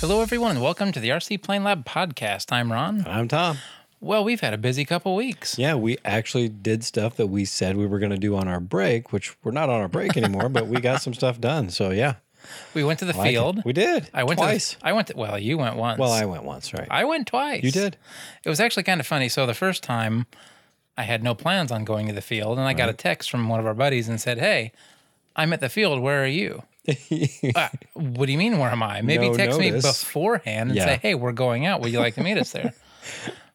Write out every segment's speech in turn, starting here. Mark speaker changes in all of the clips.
Speaker 1: Hello, everyone, and welcome to the RC Plane Lab podcast. I'm Ron.
Speaker 2: I'm Tom.
Speaker 1: Well, we've had a busy couple weeks.
Speaker 2: Yeah, we actually did stuff that we said we were going to do on our break, which we're not on our break anymore, but we got some stuff done. So yeah,
Speaker 1: We went to the
Speaker 2: I like it.
Speaker 1: field.
Speaker 2: We did.
Speaker 1: I went
Speaker 2: twice.
Speaker 1: To the, I went. To, well, you went once.
Speaker 2: well, I went once, right?
Speaker 1: I went twice.
Speaker 2: you did.
Speaker 1: It was actually kind of funny. So the first time, I had no plans on going to the field, and I got a text from one of our buddies and said, "Hey, I'm at the field. Where are you?" Uh, what do you mean? Where am I? Maybe
Speaker 2: No
Speaker 1: text
Speaker 2: notice.
Speaker 1: me beforehand and
Speaker 2: Yeah.
Speaker 1: say, "Hey, we're going out. Would you like to meet us there?"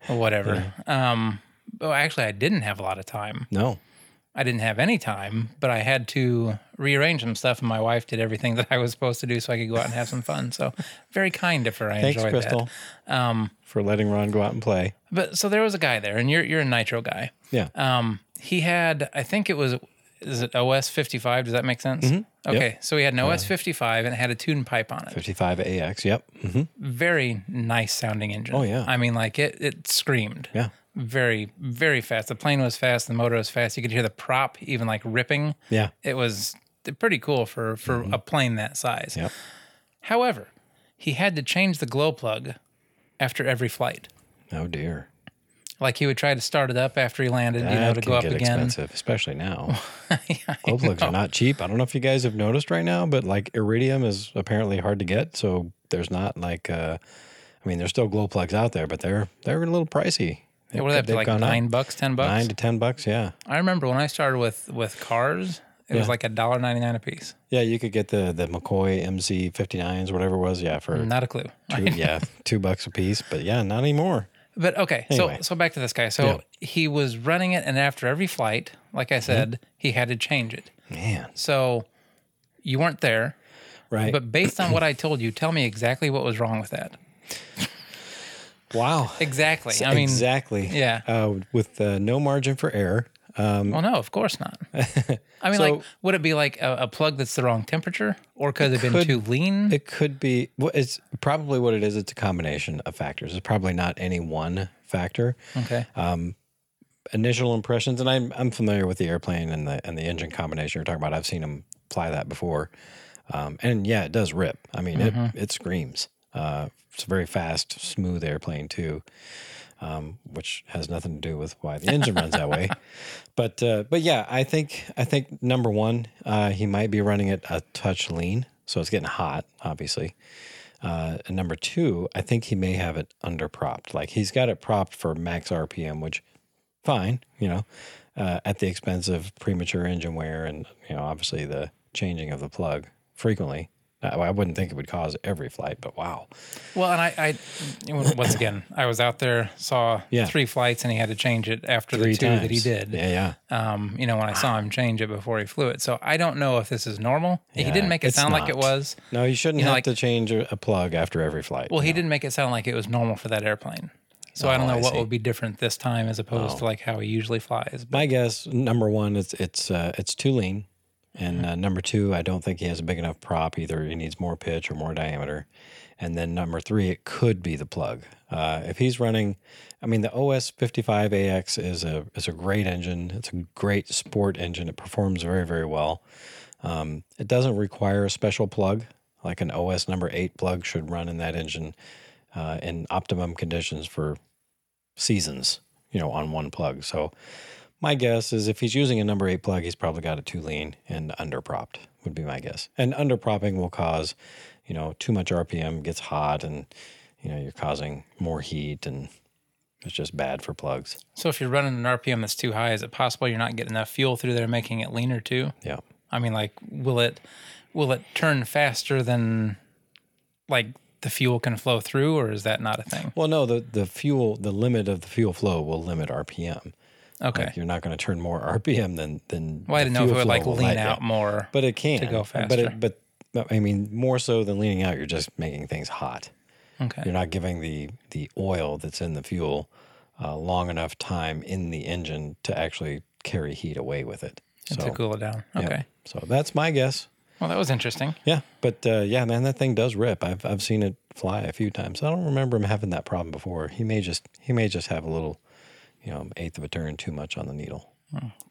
Speaker 1: Or Whatever. Um, but actually, I didn't have a lot of time.
Speaker 2: No.
Speaker 1: I didn't have any time, but I had to rearrange some stuff, and my wife did everything that I was supposed to do so I could go out and have some fun. So, very kind of her. I
Speaker 2: Thanks,
Speaker 1: enjoyed
Speaker 2: Crystal,
Speaker 1: that. Um,
Speaker 2: for letting Ron go out and play.
Speaker 1: but so there was a guy there, and you're you're a nitro guy.
Speaker 2: Yeah.
Speaker 1: Um, he had, I think it was, is it OS fifty five? Does that make sense?
Speaker 2: Mm-hmm. Yep.
Speaker 1: Okay, so he had an OS fifty five, and it had a tune pipe on it.
Speaker 2: 55AX. Yep. hmm
Speaker 1: Very nice sounding engine.
Speaker 2: Oh, yeah.
Speaker 1: I mean, like it it screamed.
Speaker 2: Yeah.
Speaker 1: Very very fast. The plane was fast. The motor was fast. You could hear the prop even like ripping
Speaker 2: Yeah.
Speaker 1: it was pretty cool for for a plane that size.
Speaker 2: Mm-hmm. Yep.
Speaker 1: However, he had to change the glow plug after every flight.
Speaker 2: Oh dear.
Speaker 1: Like he would try to start it up after he landed,
Speaker 2: That
Speaker 1: you know, to
Speaker 2: can
Speaker 1: go up
Speaker 2: get
Speaker 1: again.
Speaker 2: expensive, especially now.
Speaker 1: Yeah, I
Speaker 2: Glow plugs are not cheap. I don't know if you guys have noticed right now, but like iridium is apparently hard to get. So there's not like, uh, I mean, there's still glow plugs out there, but they're they're a little pricey.
Speaker 1: know. what are
Speaker 2: They've
Speaker 1: they like
Speaker 2: gone up.
Speaker 1: nine bucks, ten bucks?
Speaker 2: nine to ten bucks. Yeah,
Speaker 1: I remember when I started with with cars, it was
Speaker 2: Yeah.
Speaker 1: like a dollar ninety nine a piece.
Speaker 2: yeah, you could get the the McCoy MC 59s, whatever it was. Yeah, for
Speaker 1: Not a clue.
Speaker 2: two, yeah two bucks a piece. But yeah, not anymore.
Speaker 1: But okay,
Speaker 2: Anyway.
Speaker 1: so so back to this guy. So he was running it, and after every flight, like I said, he had to change it.
Speaker 2: Mm-hmm. Man,
Speaker 1: So you weren't there.
Speaker 2: right?
Speaker 1: But based on what I told you, tell me exactly what was wrong with that.
Speaker 2: wow,
Speaker 1: Exactly. I mean,
Speaker 2: exactly.
Speaker 1: yeah.
Speaker 2: uh, with uh, no margin for error.
Speaker 1: well, no, of course not. I mean, like,
Speaker 2: So-
Speaker 1: would it be like a, a plug that's the wrong temperature, or could it have been
Speaker 2: could-
Speaker 1: too lean?
Speaker 2: It could be. well, It's probably what it is. It's a combination of factors. It's probably not any one factor.
Speaker 1: okay.
Speaker 2: Uh, Initial impressions, and I'm I'm familiar with the airplane and the and the engine combination you're talking about. I've seen them fly that before, um, and yeah, it does rip. I mean, it it screams. Uh, it's a very fast, smooth airplane too, um, which has nothing to do with why the engine runs that way. But uh, but yeah, I think I think number one, uh, he might be running it a touch lean, so it's getting hot, obviously. Uh, and number two, I think he may have it under propped. Like he's got it propped for max RPM, which fine, you know, uh, at the expense of premature engine wear and you know obviously the changing of the plug frequently. I, I wouldn't think it would cause every flight, but wow,
Speaker 1: well, and I, I, once again, I was out there, saw
Speaker 2: Yeah.
Speaker 1: three flights, and he had to change it after
Speaker 2: three
Speaker 1: the two
Speaker 2: times Uh,
Speaker 1: that he did.
Speaker 2: Yeah, yeah.
Speaker 1: Um, you know, when I saw him change it before he flew it, so I don't know if this is normal. he
Speaker 2: Yeah,
Speaker 1: didn't make it
Speaker 2: it's
Speaker 1: sound like it
Speaker 2: not.
Speaker 1: was.
Speaker 2: No, you shouldn't
Speaker 1: know,
Speaker 2: have
Speaker 1: like-
Speaker 2: to change a, a plug after every flight.
Speaker 1: Well, he didn't make it sound like it was normal for that airplane. So I don't
Speaker 2: Oh,
Speaker 1: know
Speaker 2: I
Speaker 1: what
Speaker 2: see. Oh.
Speaker 1: would be different this time as opposed to like how he usually flies. But
Speaker 2: my guess number one it's it's uh, it's too lean and uh, number two i don't think he has a big enough prop either he needs more pitch or more diameter and then number three it could be the plug uh, if he's running i mean the os 55ax is a is a great engine it's a great sport engine it performs very very well um, it doesn't require a special plug like an os number eight plug should run in that engine uh, in optimum conditions for seasons you know on one plug so my guess is if he's using a number eight plug, he's probably got it too lean and underpropped. Would be my guess. And underpropping will cause, you know, too much RPM gets hot, and you know you're causing more heat, and it's just bad for plugs.
Speaker 1: So if you're running an RPM that's too high, is it possible you're not getting enough fuel through there, making it leaner too?
Speaker 2: Yeah,
Speaker 1: I mean, like, will it will it turn faster than like the fuel can flow through, or is that not a thing?
Speaker 2: Well, no, the the fuel, the limit of the fuel flow will limit RPM.
Speaker 1: Okay.
Speaker 2: You're not going to turn more RPM than than.
Speaker 1: well, I
Speaker 2: the
Speaker 1: didn't know if it
Speaker 2: fuel
Speaker 1: would
Speaker 2: flow
Speaker 1: like
Speaker 2: will
Speaker 1: lean
Speaker 2: let you.
Speaker 1: out more.
Speaker 2: but it can
Speaker 1: go
Speaker 2: But
Speaker 1: faster.
Speaker 2: it, but but, I mean, more so than leaning out, you're just making things hot.
Speaker 1: okay.
Speaker 2: you're not giving the the oil that's in the fuel uh, long enough time in the engine to actually carry heat away with it. So,
Speaker 1: To cool it down.
Speaker 2: yeah.
Speaker 1: Okay.
Speaker 2: So that's my guess.
Speaker 1: Well, that was interesting.
Speaker 2: Yeah, but uh, yeah, man, that thing does rip. I've I've seen it fly a few times. I don't remember him having that problem before. He may just he may just have a little, you know, eighth of a turn too much on the needle.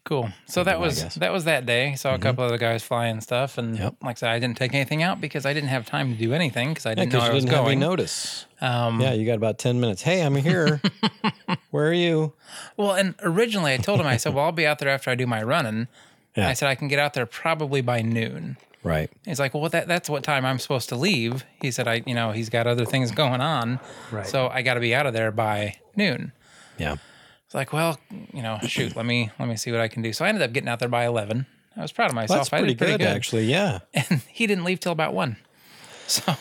Speaker 1: Cool. So that
Speaker 2: my
Speaker 1: was
Speaker 2: guess. Mm-hmm.
Speaker 1: that was that day. Saw a couple of the guys fly and stuff, and
Speaker 2: Yep.
Speaker 1: like I said, I didn't take anything out because I didn't have time to do anything because I didn't know I
Speaker 2: Because you
Speaker 1: was
Speaker 2: didn't have any
Speaker 1: going.
Speaker 2: notice.
Speaker 1: um,
Speaker 2: Yeah, you got about 10 minutes. Hey, I'm here. Where are you?
Speaker 1: Well, and originally I told him I said, "Well, I'll be out there after I do my running."
Speaker 2: Yeah.
Speaker 1: I said I can get out there probably by noon.
Speaker 2: Right.
Speaker 1: He's like, "Well, that that's what time I'm supposed to leave." He said, "I, you know, he's got other things going on,
Speaker 2: Right.
Speaker 1: so I got to be out of there by noon."
Speaker 2: Yeah.
Speaker 1: It's like, well, you know, shoot, let me let me see what I can do. So I ended up getting out there by eleven. I was proud of myself.
Speaker 2: That's
Speaker 1: I
Speaker 2: pretty,
Speaker 1: did pretty
Speaker 2: good, actually. Yeah.
Speaker 1: And he didn't leave till about one. So,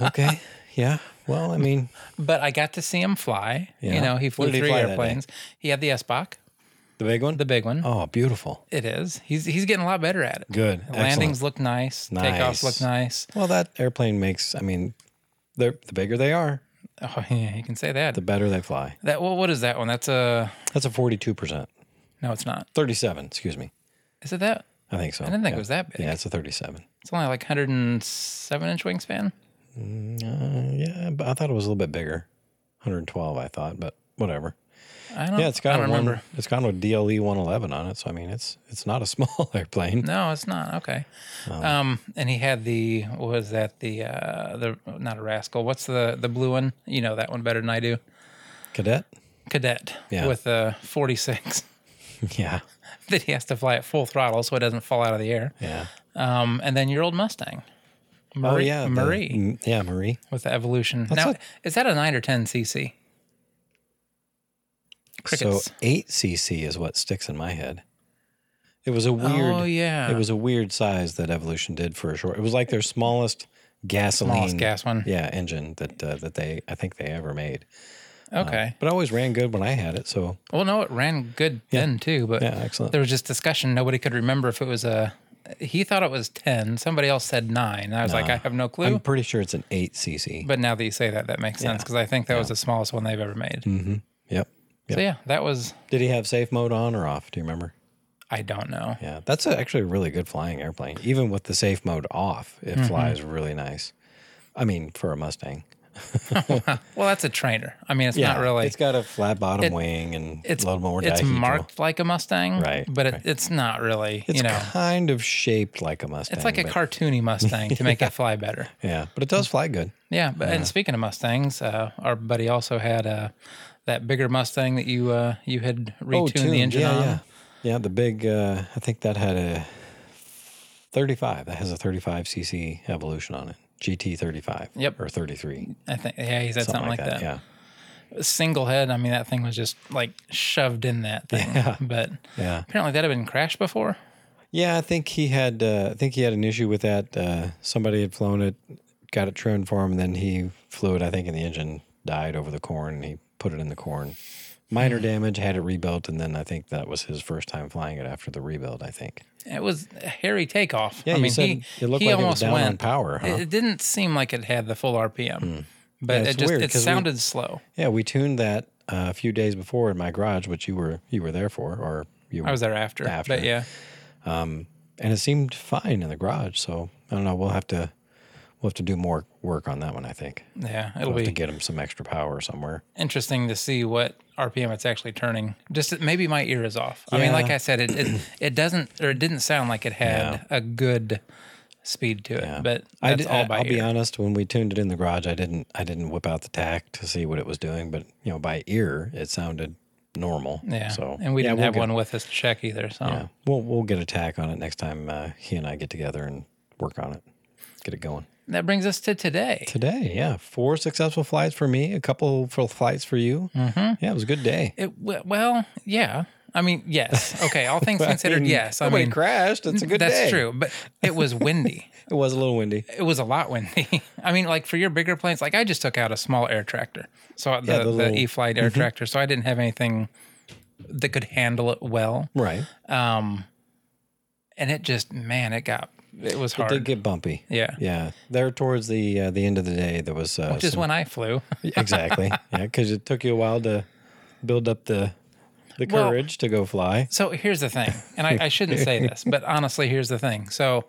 Speaker 2: Okay. yeah. Well, I mean,
Speaker 1: but I got to see him fly.
Speaker 2: Yeah.
Speaker 1: You know, he flew
Speaker 2: What did he
Speaker 1: three
Speaker 2: fly that day?
Speaker 1: airplanes. He had the S-Bach,
Speaker 2: the big one.
Speaker 1: the big one.
Speaker 2: oh, beautiful.
Speaker 1: It is. He's he's getting a lot better at it.
Speaker 2: Good.
Speaker 1: The landings look nice. Takeoffs
Speaker 2: Nice.
Speaker 1: look nice.
Speaker 2: Excellent. Well, that airplane makes, I mean, they're, the bigger they are,
Speaker 1: Oh yeah, you can say that.
Speaker 2: the better they fly.
Speaker 1: that well, what is that one? That's a
Speaker 2: That's a 42%.
Speaker 1: no, it's not.
Speaker 2: 37, excuse me.
Speaker 1: Is it that?
Speaker 2: I think so.
Speaker 1: I didn't think it was that big.
Speaker 2: Yeah, it's a 37.
Speaker 1: It's only like 107 inch wingspan.
Speaker 2: Uh, yeah, but I thought it was a little bit bigger. 112, I thought, but whatever.
Speaker 1: I don't.
Speaker 2: Yeah, it's
Speaker 1: Oh, I
Speaker 2: got a
Speaker 1: don't
Speaker 2: one,
Speaker 1: remember.
Speaker 2: it's got a DLE 111 on it, so I mean, it's it's not a small airplane.
Speaker 1: No, it's not. Okay. Um, and he had the what was that the uh the not a rascal. What's the the blue one? You know that one better than I do.
Speaker 2: Cadet?
Speaker 1: Cadet
Speaker 2: Yeah.
Speaker 1: with a 46
Speaker 2: Yeah.
Speaker 1: that he has to fly at full throttle so it doesn't fall out of the air.
Speaker 2: Yeah.
Speaker 1: Um, and then your old Mustang. Marie,
Speaker 2: Oh yeah, the-
Speaker 1: Marie
Speaker 2: m- yeah, Marie.
Speaker 1: with the Evolution. Now,
Speaker 2: a-
Speaker 1: is that a nine or ten cc? Crickets.
Speaker 2: So eight cc is what sticks in my head. It was a weird.
Speaker 1: oh yeah,
Speaker 2: It was a weird size that Evolution did for a short. It was like their smallest gasoline.
Speaker 1: smallest gas one.
Speaker 2: Yeah, engine that uh, that they I think they ever made.
Speaker 1: Okay.
Speaker 2: But it always ran good when I had it. So
Speaker 1: well, no, it ran good then too, but
Speaker 2: yeah, excellent.
Speaker 1: there was just discussion. Nobody could remember if it was a. He thought it was ten. Somebody else said nine. And I was like, I have no clue.
Speaker 2: I'm pretty sure it's an eight cc.
Speaker 1: but now that you say that, that makes sense because I think that was the smallest one they've ever made.
Speaker 2: Mm, Yep.
Speaker 1: So yeah, that was.
Speaker 2: Did he have safe mode on or off? Do you remember?
Speaker 1: I don't know.
Speaker 2: Yeah, that's a, actually a really good flying airplane. Even with the safe mode off, it
Speaker 1: Mm-hmm.
Speaker 2: flies really nice. I mean, for a Mustang.
Speaker 1: Well, that's a trainer. I mean, it's not really.
Speaker 2: It's got a flat bottom wing and
Speaker 1: it's
Speaker 2: a little more
Speaker 1: It's
Speaker 2: dihedral.
Speaker 1: marked like a Mustang,
Speaker 2: Right,
Speaker 1: But it,
Speaker 2: right.
Speaker 1: it's not really.
Speaker 2: It's
Speaker 1: you know,
Speaker 2: kind of shaped like a Mustang.
Speaker 1: it's like a
Speaker 2: but-
Speaker 1: cartoony Mustang to make it fly better.
Speaker 2: Yeah, but it does fly good.
Speaker 1: Yeah. But and speaking of Mustangs, uh, our buddy also had uh, that bigger Mustang that you uh, you had retuned
Speaker 2: Oh, tuned,
Speaker 1: the engine
Speaker 2: yeah,
Speaker 1: on.
Speaker 2: Yeah. yeah, the big, uh, I think that had a 35. That has a 35cc evolution on it. GT 35.
Speaker 1: Yep.
Speaker 2: Or 33.
Speaker 1: I think. Yeah, he said something, like that.
Speaker 2: Yeah.
Speaker 1: Single head. I mean, that thing was just like shoved in that thing. But
Speaker 2: Yeah.
Speaker 1: apparently, that had been crashed before.
Speaker 2: Yeah, I think he had. Uh, I think he had an issue with that. Uh, somebody had flown it, got it trimmed for him, and then he flew it. I think, and the engine died over the corn. And he put it in the corn. Minor
Speaker 1: Hmm.
Speaker 2: damage, had it rebuilt, and then I think that was his first time flying it after the rebuild. I think.
Speaker 1: It was a hairy takeoff.
Speaker 2: Yeah,
Speaker 1: I
Speaker 2: you
Speaker 1: mean,
Speaker 2: said
Speaker 1: he,
Speaker 2: it looked
Speaker 1: he
Speaker 2: like it
Speaker 1: almost
Speaker 2: was down on
Speaker 1: went
Speaker 2: power, huh?
Speaker 1: It, it didn't seem like it had the full RPM, but
Speaker 2: Yeah,
Speaker 1: it
Speaker 2: it's
Speaker 1: just
Speaker 2: weird
Speaker 1: it
Speaker 2: 'cause we-
Speaker 1: sounded slow.
Speaker 2: Yeah, we tuned that uh, a few days before in my garage, which you were you were there for, or you.
Speaker 1: I was
Speaker 2: there.
Speaker 1: there after,
Speaker 2: After.
Speaker 1: but yeah,
Speaker 2: and it seemed fine in the garage. So I don't know. We'll have to we'll have to do more work on that one. I think
Speaker 1: yeah, it'll
Speaker 2: we'll have to
Speaker 1: be
Speaker 2: get him some extra power somewhere.
Speaker 1: interesting to see what RPM it's actually turning. Just maybe my ear is off. I mean, like I
Speaker 2: Yeah.
Speaker 1: said, it, it it doesn't or it didn't sound like it had a good speed to it, but that's
Speaker 2: I did,
Speaker 1: all by
Speaker 2: I'll be
Speaker 1: ear.
Speaker 2: honest. When we tuned it in the garage, I didn't. I didn't whip out the tack to see what it was doing, but you know, by ear, it sounded normal.
Speaker 1: yeah,
Speaker 2: So
Speaker 1: and we
Speaker 2: yeah,
Speaker 1: didn't
Speaker 2: we'll
Speaker 1: have
Speaker 2: get,
Speaker 1: one with us to check either. So
Speaker 2: Yeah, we'll we'll get a tack on it next time uh, he and I get together and work on it, get it going.
Speaker 1: that brings us to today.
Speaker 2: Today, yeah, four successful flights for me, a couple for flights for you. Mm-hmm. Yeah, it was a good day.
Speaker 1: It w- well, yeah. I mean, yes. Okay, all things considered,
Speaker 2: mean,
Speaker 1: yes. I
Speaker 2: nobody
Speaker 1: mean,
Speaker 2: crashed. It's a good
Speaker 1: that's
Speaker 2: day.
Speaker 1: true, but it was windy.
Speaker 2: It was a little windy.
Speaker 1: it was a lot windy. I mean, like for your bigger planes, like I just took out a small air tractor, so the, the,
Speaker 2: the little- Mm-hmm.
Speaker 1: E flight air tractor, so I didn't have anything that could handle it well.
Speaker 2: Right.
Speaker 1: Um, and it just, man, it got it was
Speaker 2: It
Speaker 1: hard.
Speaker 2: did get bumpy.
Speaker 1: yeah.
Speaker 2: Yeah. There towards the uh, the end of the day, there was uh,
Speaker 1: Just when I flew,
Speaker 2: exactly. Yeah, because it took you a while to build up the the
Speaker 1: Well-
Speaker 2: courage to go fly.
Speaker 1: So here's the thing, and I, I shouldn't say this, but honestly, here's the thing. So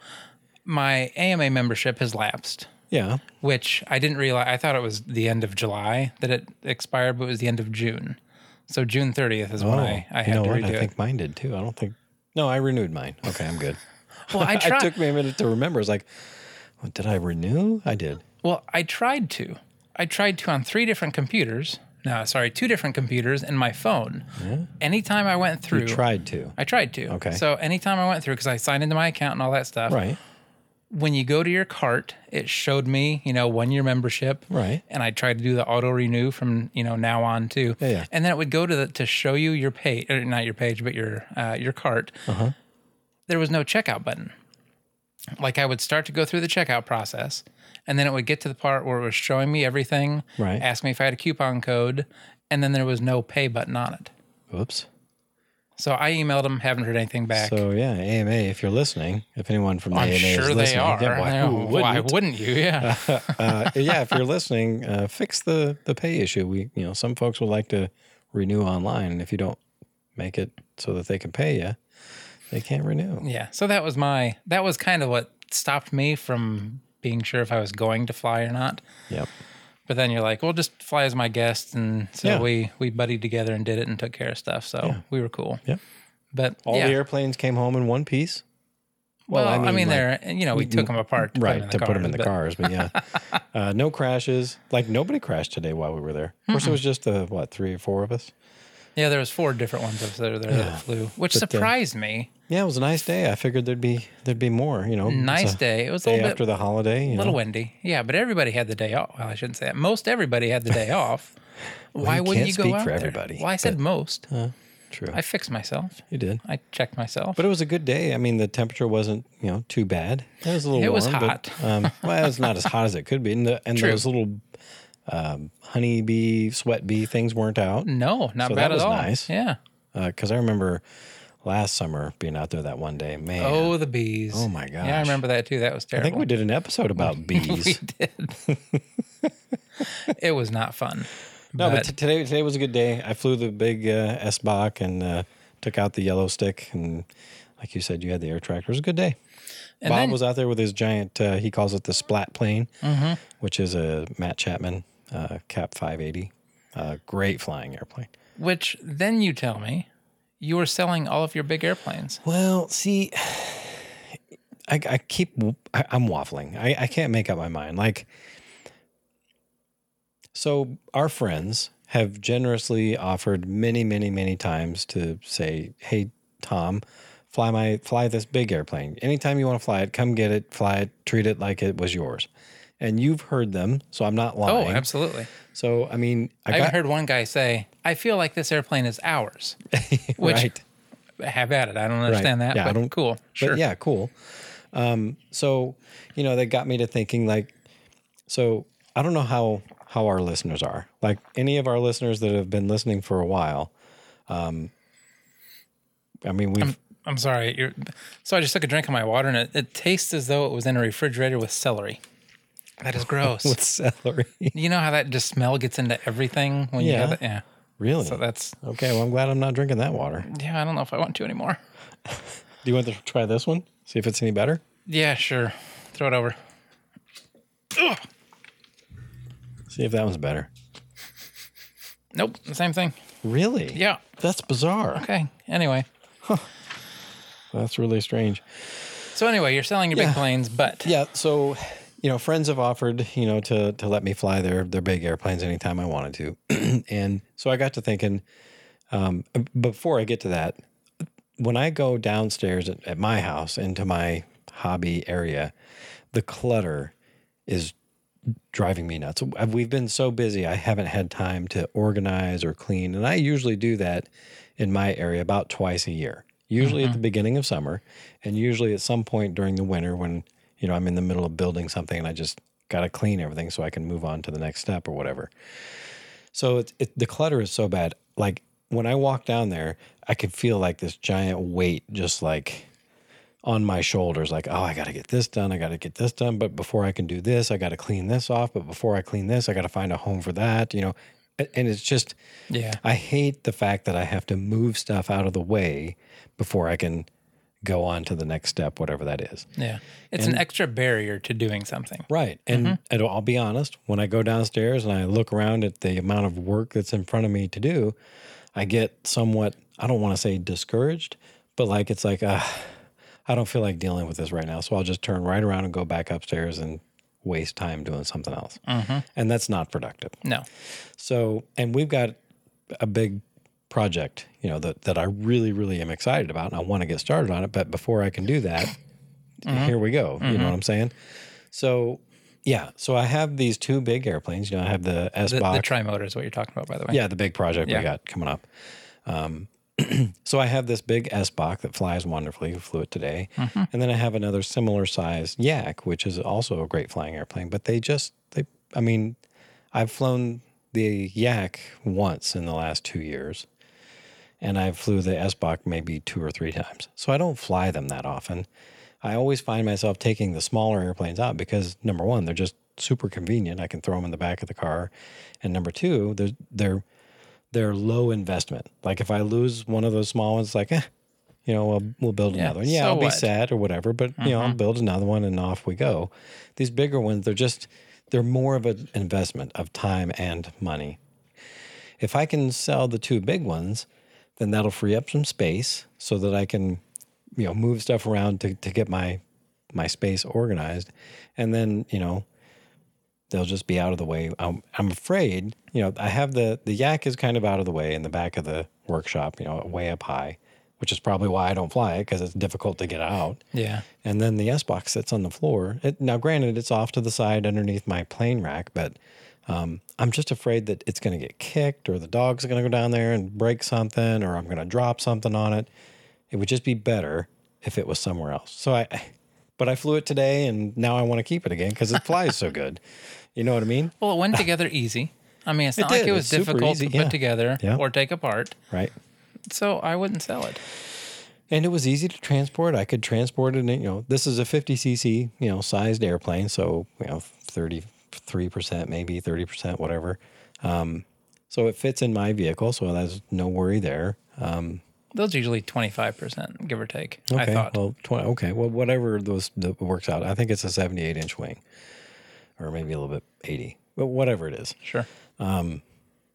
Speaker 1: my AMA membership has lapsed.
Speaker 2: Yeah.
Speaker 1: which I didn't realize. I thought it was the end of July that it expired, but it was the end of June. So June 30th is when I, I
Speaker 2: Oh, you
Speaker 1: had
Speaker 2: know
Speaker 1: to
Speaker 2: what?
Speaker 1: redo
Speaker 2: I
Speaker 1: it.
Speaker 2: think mine did too. I don't think. No, I renewed mine. Okay, I'm good.
Speaker 1: well, I
Speaker 2: it
Speaker 1: tried.
Speaker 2: took me a minute to remember. It's like, what, did I renew? I did.
Speaker 1: well, I tried to. I tried to on three different computers. No, sorry, two different computers and my phone. Anytime I went through,
Speaker 2: Tried to.
Speaker 1: I tried to.
Speaker 2: Okay.
Speaker 1: So anytime I went through, because I signed into my account and all that stuff.
Speaker 2: Right.
Speaker 1: When you go to your cart, it showed me, you know, one year membership.
Speaker 2: Right.
Speaker 1: And I tried to do the auto renew from you know now on too.
Speaker 2: Yeah, yeah.
Speaker 1: And then it would go to the to show you your page, or not your page, but your uh, your cart. Uh-huh. There was no checkout button. Like I would start to go through the checkout process, and then it would get to the part where it was showing me everything.
Speaker 2: Right.
Speaker 1: Ask me if I had a coupon code, and then there was no pay button on it.
Speaker 2: Oops.
Speaker 1: So I emailed them, haven't heard anything back.
Speaker 2: So yeah, AMA. If you're listening, if anyone from the
Speaker 1: I'm
Speaker 2: AMA is
Speaker 1: sure
Speaker 2: listening,
Speaker 1: they are.
Speaker 2: yeah, why,
Speaker 1: Yeah,
Speaker 2: who
Speaker 1: why
Speaker 2: wouldn't?
Speaker 1: wouldn't you? Yeah.
Speaker 2: uh, yeah, if you're listening, uh, fix the the pay issue. We, you know, some folks would like to renew online, and if you don't make it so that they can pay you, they can't renew.
Speaker 1: Yeah. So that was my that was kind of what stopped me from being sure if I was going to fly or not.
Speaker 2: Yep.
Speaker 1: But then you're like, well, just fly as my guest, and so
Speaker 2: Yeah.
Speaker 1: we we buddied together and did it and took care of stuff. So we were cool.
Speaker 2: Yep.
Speaker 1: But
Speaker 2: All
Speaker 1: yeah.
Speaker 2: the airplanes came home in one piece.
Speaker 1: well, I mean,
Speaker 2: like-
Speaker 1: they're you know we took them apart to put 'em
Speaker 2: right
Speaker 1: in
Speaker 2: to
Speaker 1: the
Speaker 2: put them in the
Speaker 1: but-
Speaker 2: cars, but yeah, uh, no crashes. Like nobody crashed today while we were there. Of course, it was just the what three or four of us.
Speaker 1: Yeah, there was four different ones up there, there that flew, which
Speaker 2: uh,
Speaker 1: surprised me.
Speaker 2: Yeah, it was a nice day. I figured there'd be there'd be more. You know, it's
Speaker 1: Nice
Speaker 2: a
Speaker 1: day. It was a
Speaker 2: day
Speaker 1: little bit
Speaker 2: after the holiday. You
Speaker 1: a little
Speaker 2: know,
Speaker 1: windy. Yeah, but everybody had the day off. Well, I shouldn't say that. Most everybody had the day off. Why
Speaker 2: you
Speaker 1: wouldn't
Speaker 2: can't
Speaker 1: you go
Speaker 2: speak
Speaker 1: out
Speaker 2: for
Speaker 1: there?
Speaker 2: everybody, uh,
Speaker 1: Well, I said most.
Speaker 2: true.
Speaker 1: I fixed myself.
Speaker 2: you did.
Speaker 1: I checked myself.
Speaker 2: But it was a good day. I mean, the temperature wasn't you know too bad. It was a little.
Speaker 1: It was
Speaker 2: warm, but, um, well, it's not as hot as it could be, and, the, and
Speaker 1: True.
Speaker 2: those little um, honeybee sweat bee things weren't out
Speaker 1: no, not
Speaker 2: So that
Speaker 1: bad
Speaker 2: was
Speaker 1: at all.
Speaker 2: nice.
Speaker 1: Yeah.
Speaker 2: because I remember last summer being out there that one day. Man,
Speaker 1: Oh, the bees.
Speaker 2: Oh, my
Speaker 1: Yeah, I
Speaker 2: gosh.
Speaker 1: remember that too. That was
Speaker 2: I
Speaker 1: terrible.
Speaker 2: think we did an episode about bees.
Speaker 1: We did. it was not fun.
Speaker 2: no, but, t- today today was a good day. I flew the big uh, S Bach and uh, took out the yellow stick, and like you said, you had the air tractor. It was a good day.
Speaker 1: And
Speaker 2: Bob
Speaker 1: then-
Speaker 2: was out there with his giant. Uh, he calls it the splat plane,
Speaker 1: Mm-hmm.
Speaker 2: which is a Matt Chapman uh, Cap 580. Uh, great flying airplane.
Speaker 1: which then you tell me you were selling all of your big airplanes.
Speaker 2: Well, see, I, I keep I, I'm waffling. I, I can't make up my mind. Like, so our friends have generously offered many, many, many times to say, "Hey, Tom, fly my fly this big airplane. Anytime you want to fly it, come get it, fly it, treat it like it was yours." And you've heard them, so I'm not
Speaker 1: Oh,
Speaker 2: lying.
Speaker 1: absolutely.
Speaker 2: So I mean, I
Speaker 1: I
Speaker 2: got
Speaker 1: even heard one guy say, I feel like this airplane is ours. Which
Speaker 2: right.
Speaker 1: have at it. I don't understand that.
Speaker 2: Yeah, I
Speaker 1: but
Speaker 2: don't-
Speaker 1: cool. Sure.
Speaker 2: But yeah, cool. Um, so, you know, that got me to thinking like, so I don't know how, how our listeners are like any of our listeners that have been listening for a while. Um, I mean, we've,
Speaker 1: I'm sorry. You're, so I just took a drink of my water and it, it tastes as though it was in a refrigerator with celery. That is gross.
Speaker 2: with celery.
Speaker 1: you know how that just smell gets into everything when you
Speaker 2: Yeah.
Speaker 1: have that? Yeah.
Speaker 2: really?
Speaker 1: So that's,
Speaker 2: okay. Well, I'm glad I'm not drinking that water.
Speaker 1: yeah, I don't know if I want to anymore.
Speaker 2: Do you want to try this one? See if it's any better.
Speaker 1: Yeah, sure. Throw it over.
Speaker 2: See if that one's better.
Speaker 1: Nope. The same thing.
Speaker 2: Really?
Speaker 1: Yeah.
Speaker 2: That's bizarre.
Speaker 1: Okay. Anyway.
Speaker 2: That's really strange.
Speaker 1: So anyway, you're selling your big planes, but
Speaker 2: Yeah, so you know, friends have offered, you know, to to let me fly their their big airplanes anytime I wanted to. and so I got to thinking um before I get to that, when I go downstairs at, at my house into my hobby area, the clutter is driving me nuts. We've been so busy, I haven't had time to organize or clean. And I usually do that in my area about twice a year, usually at the beginning of summer, and usually at some point during the winter when, you know, I'm in the middle of building something and I just got to clean everything so I can move on to the next step or whatever. So it's it, the clutter is so bad. Like when I walk down there, I can feel like this giant weight just like on my shoulders like oh i got to get this done i got to get this done but before i can do this i got to clean this off but before i clean this i got to find a home for that you know A- and it's just
Speaker 1: yeah.
Speaker 2: i hate the fact that i have to move stuff out of the way before i can go on to the next step whatever that is
Speaker 1: Yeah. It's an extra barrier to doing something.
Speaker 2: Right. And and I'll be honest, when I go downstairs and I look around at the amount of work that's in front of me to do, I get somewhat, I don't want to say discouraged, but like it's like, uh, I don't feel like dealing with this right now. So I'll just turn right around and go back upstairs and waste time doing something else. And that's not productive.
Speaker 1: No.
Speaker 2: So, and we've got a big project, you know, that, that I really, really am excited about and I want to get started on it. But before I can do that, here we go. You know what I'm saying? So, yeah. So I have these two big airplanes. You know, I have the S
Speaker 1: The,
Speaker 2: box.
Speaker 1: the trimotor is what you're talking about, by the way.
Speaker 2: Yeah, the big project we got coming up. Um, so I have this big S Bach that flies wonderfully. Flew it today, and then I have another similar size Yak, which is also a great flying airplane. But they just they, I mean, I've flown the Yak once in the last two years, and I flew the S Bach maybe two or three times. So I don't fly them that often. I always find myself taking the smaller airplanes out because number one, they're just super convenient. I can throw them in the back of the car, and number two, they're they're they're low investment. Like if I lose one of those small ones, like, eh, you know, we'll, we'll build another one. Yeah,
Speaker 1: so
Speaker 2: I'll be
Speaker 1: what? Mm-hmm.
Speaker 2: sad or whatever, but you know, I'll build another one and off we go. These bigger ones, they're just, they're more of an investment of time and money. If I can sell the two big ones, then that'll free up some space so that I can, you know, move stuff around to, to get my, my space organized. And then, you know, they'll just be out of the way. I'm, I'm afraid, you know, I have the the yak is kind of out of the way in the back of the workshop, you know, way up high, which is probably why I don't fly it because it's difficult to get out.
Speaker 1: Yeah.
Speaker 2: And then the S box sits on the floor. It, now, granted, it's off to the side underneath my plane rack, but um, I'm just afraid that it's going to get kicked or the dog's going to go down there and break something or I'm going to drop something on it. It would just be better if it was somewhere else. So I, but I flew it today and now I want to keep it again because it flies so good. You know what I mean?
Speaker 1: Well, it went together easy. I mean, it's not like
Speaker 2: did.
Speaker 1: it was
Speaker 2: It's super
Speaker 1: difficult
Speaker 2: easy,
Speaker 1: to
Speaker 2: yeah.
Speaker 1: put together
Speaker 2: Yeah.
Speaker 1: or take apart.
Speaker 2: Right.
Speaker 1: So I wouldn't sell it.
Speaker 2: and it was easy to transport. I could transport it. In, you know, this is a 50 cc, you know, sized airplane, so you know, 33 percent, maybe 30 percent, whatever. Um, so it fits in my vehicle, so that's no worry there.
Speaker 1: Those are usually 25%, give or take, I
Speaker 2: Okay,
Speaker 1: thought.
Speaker 2: well, 20, okay, well, whatever those that works out. I think it's a 78 inch wing, or maybe a little bit 80, but whatever it is.
Speaker 1: sure.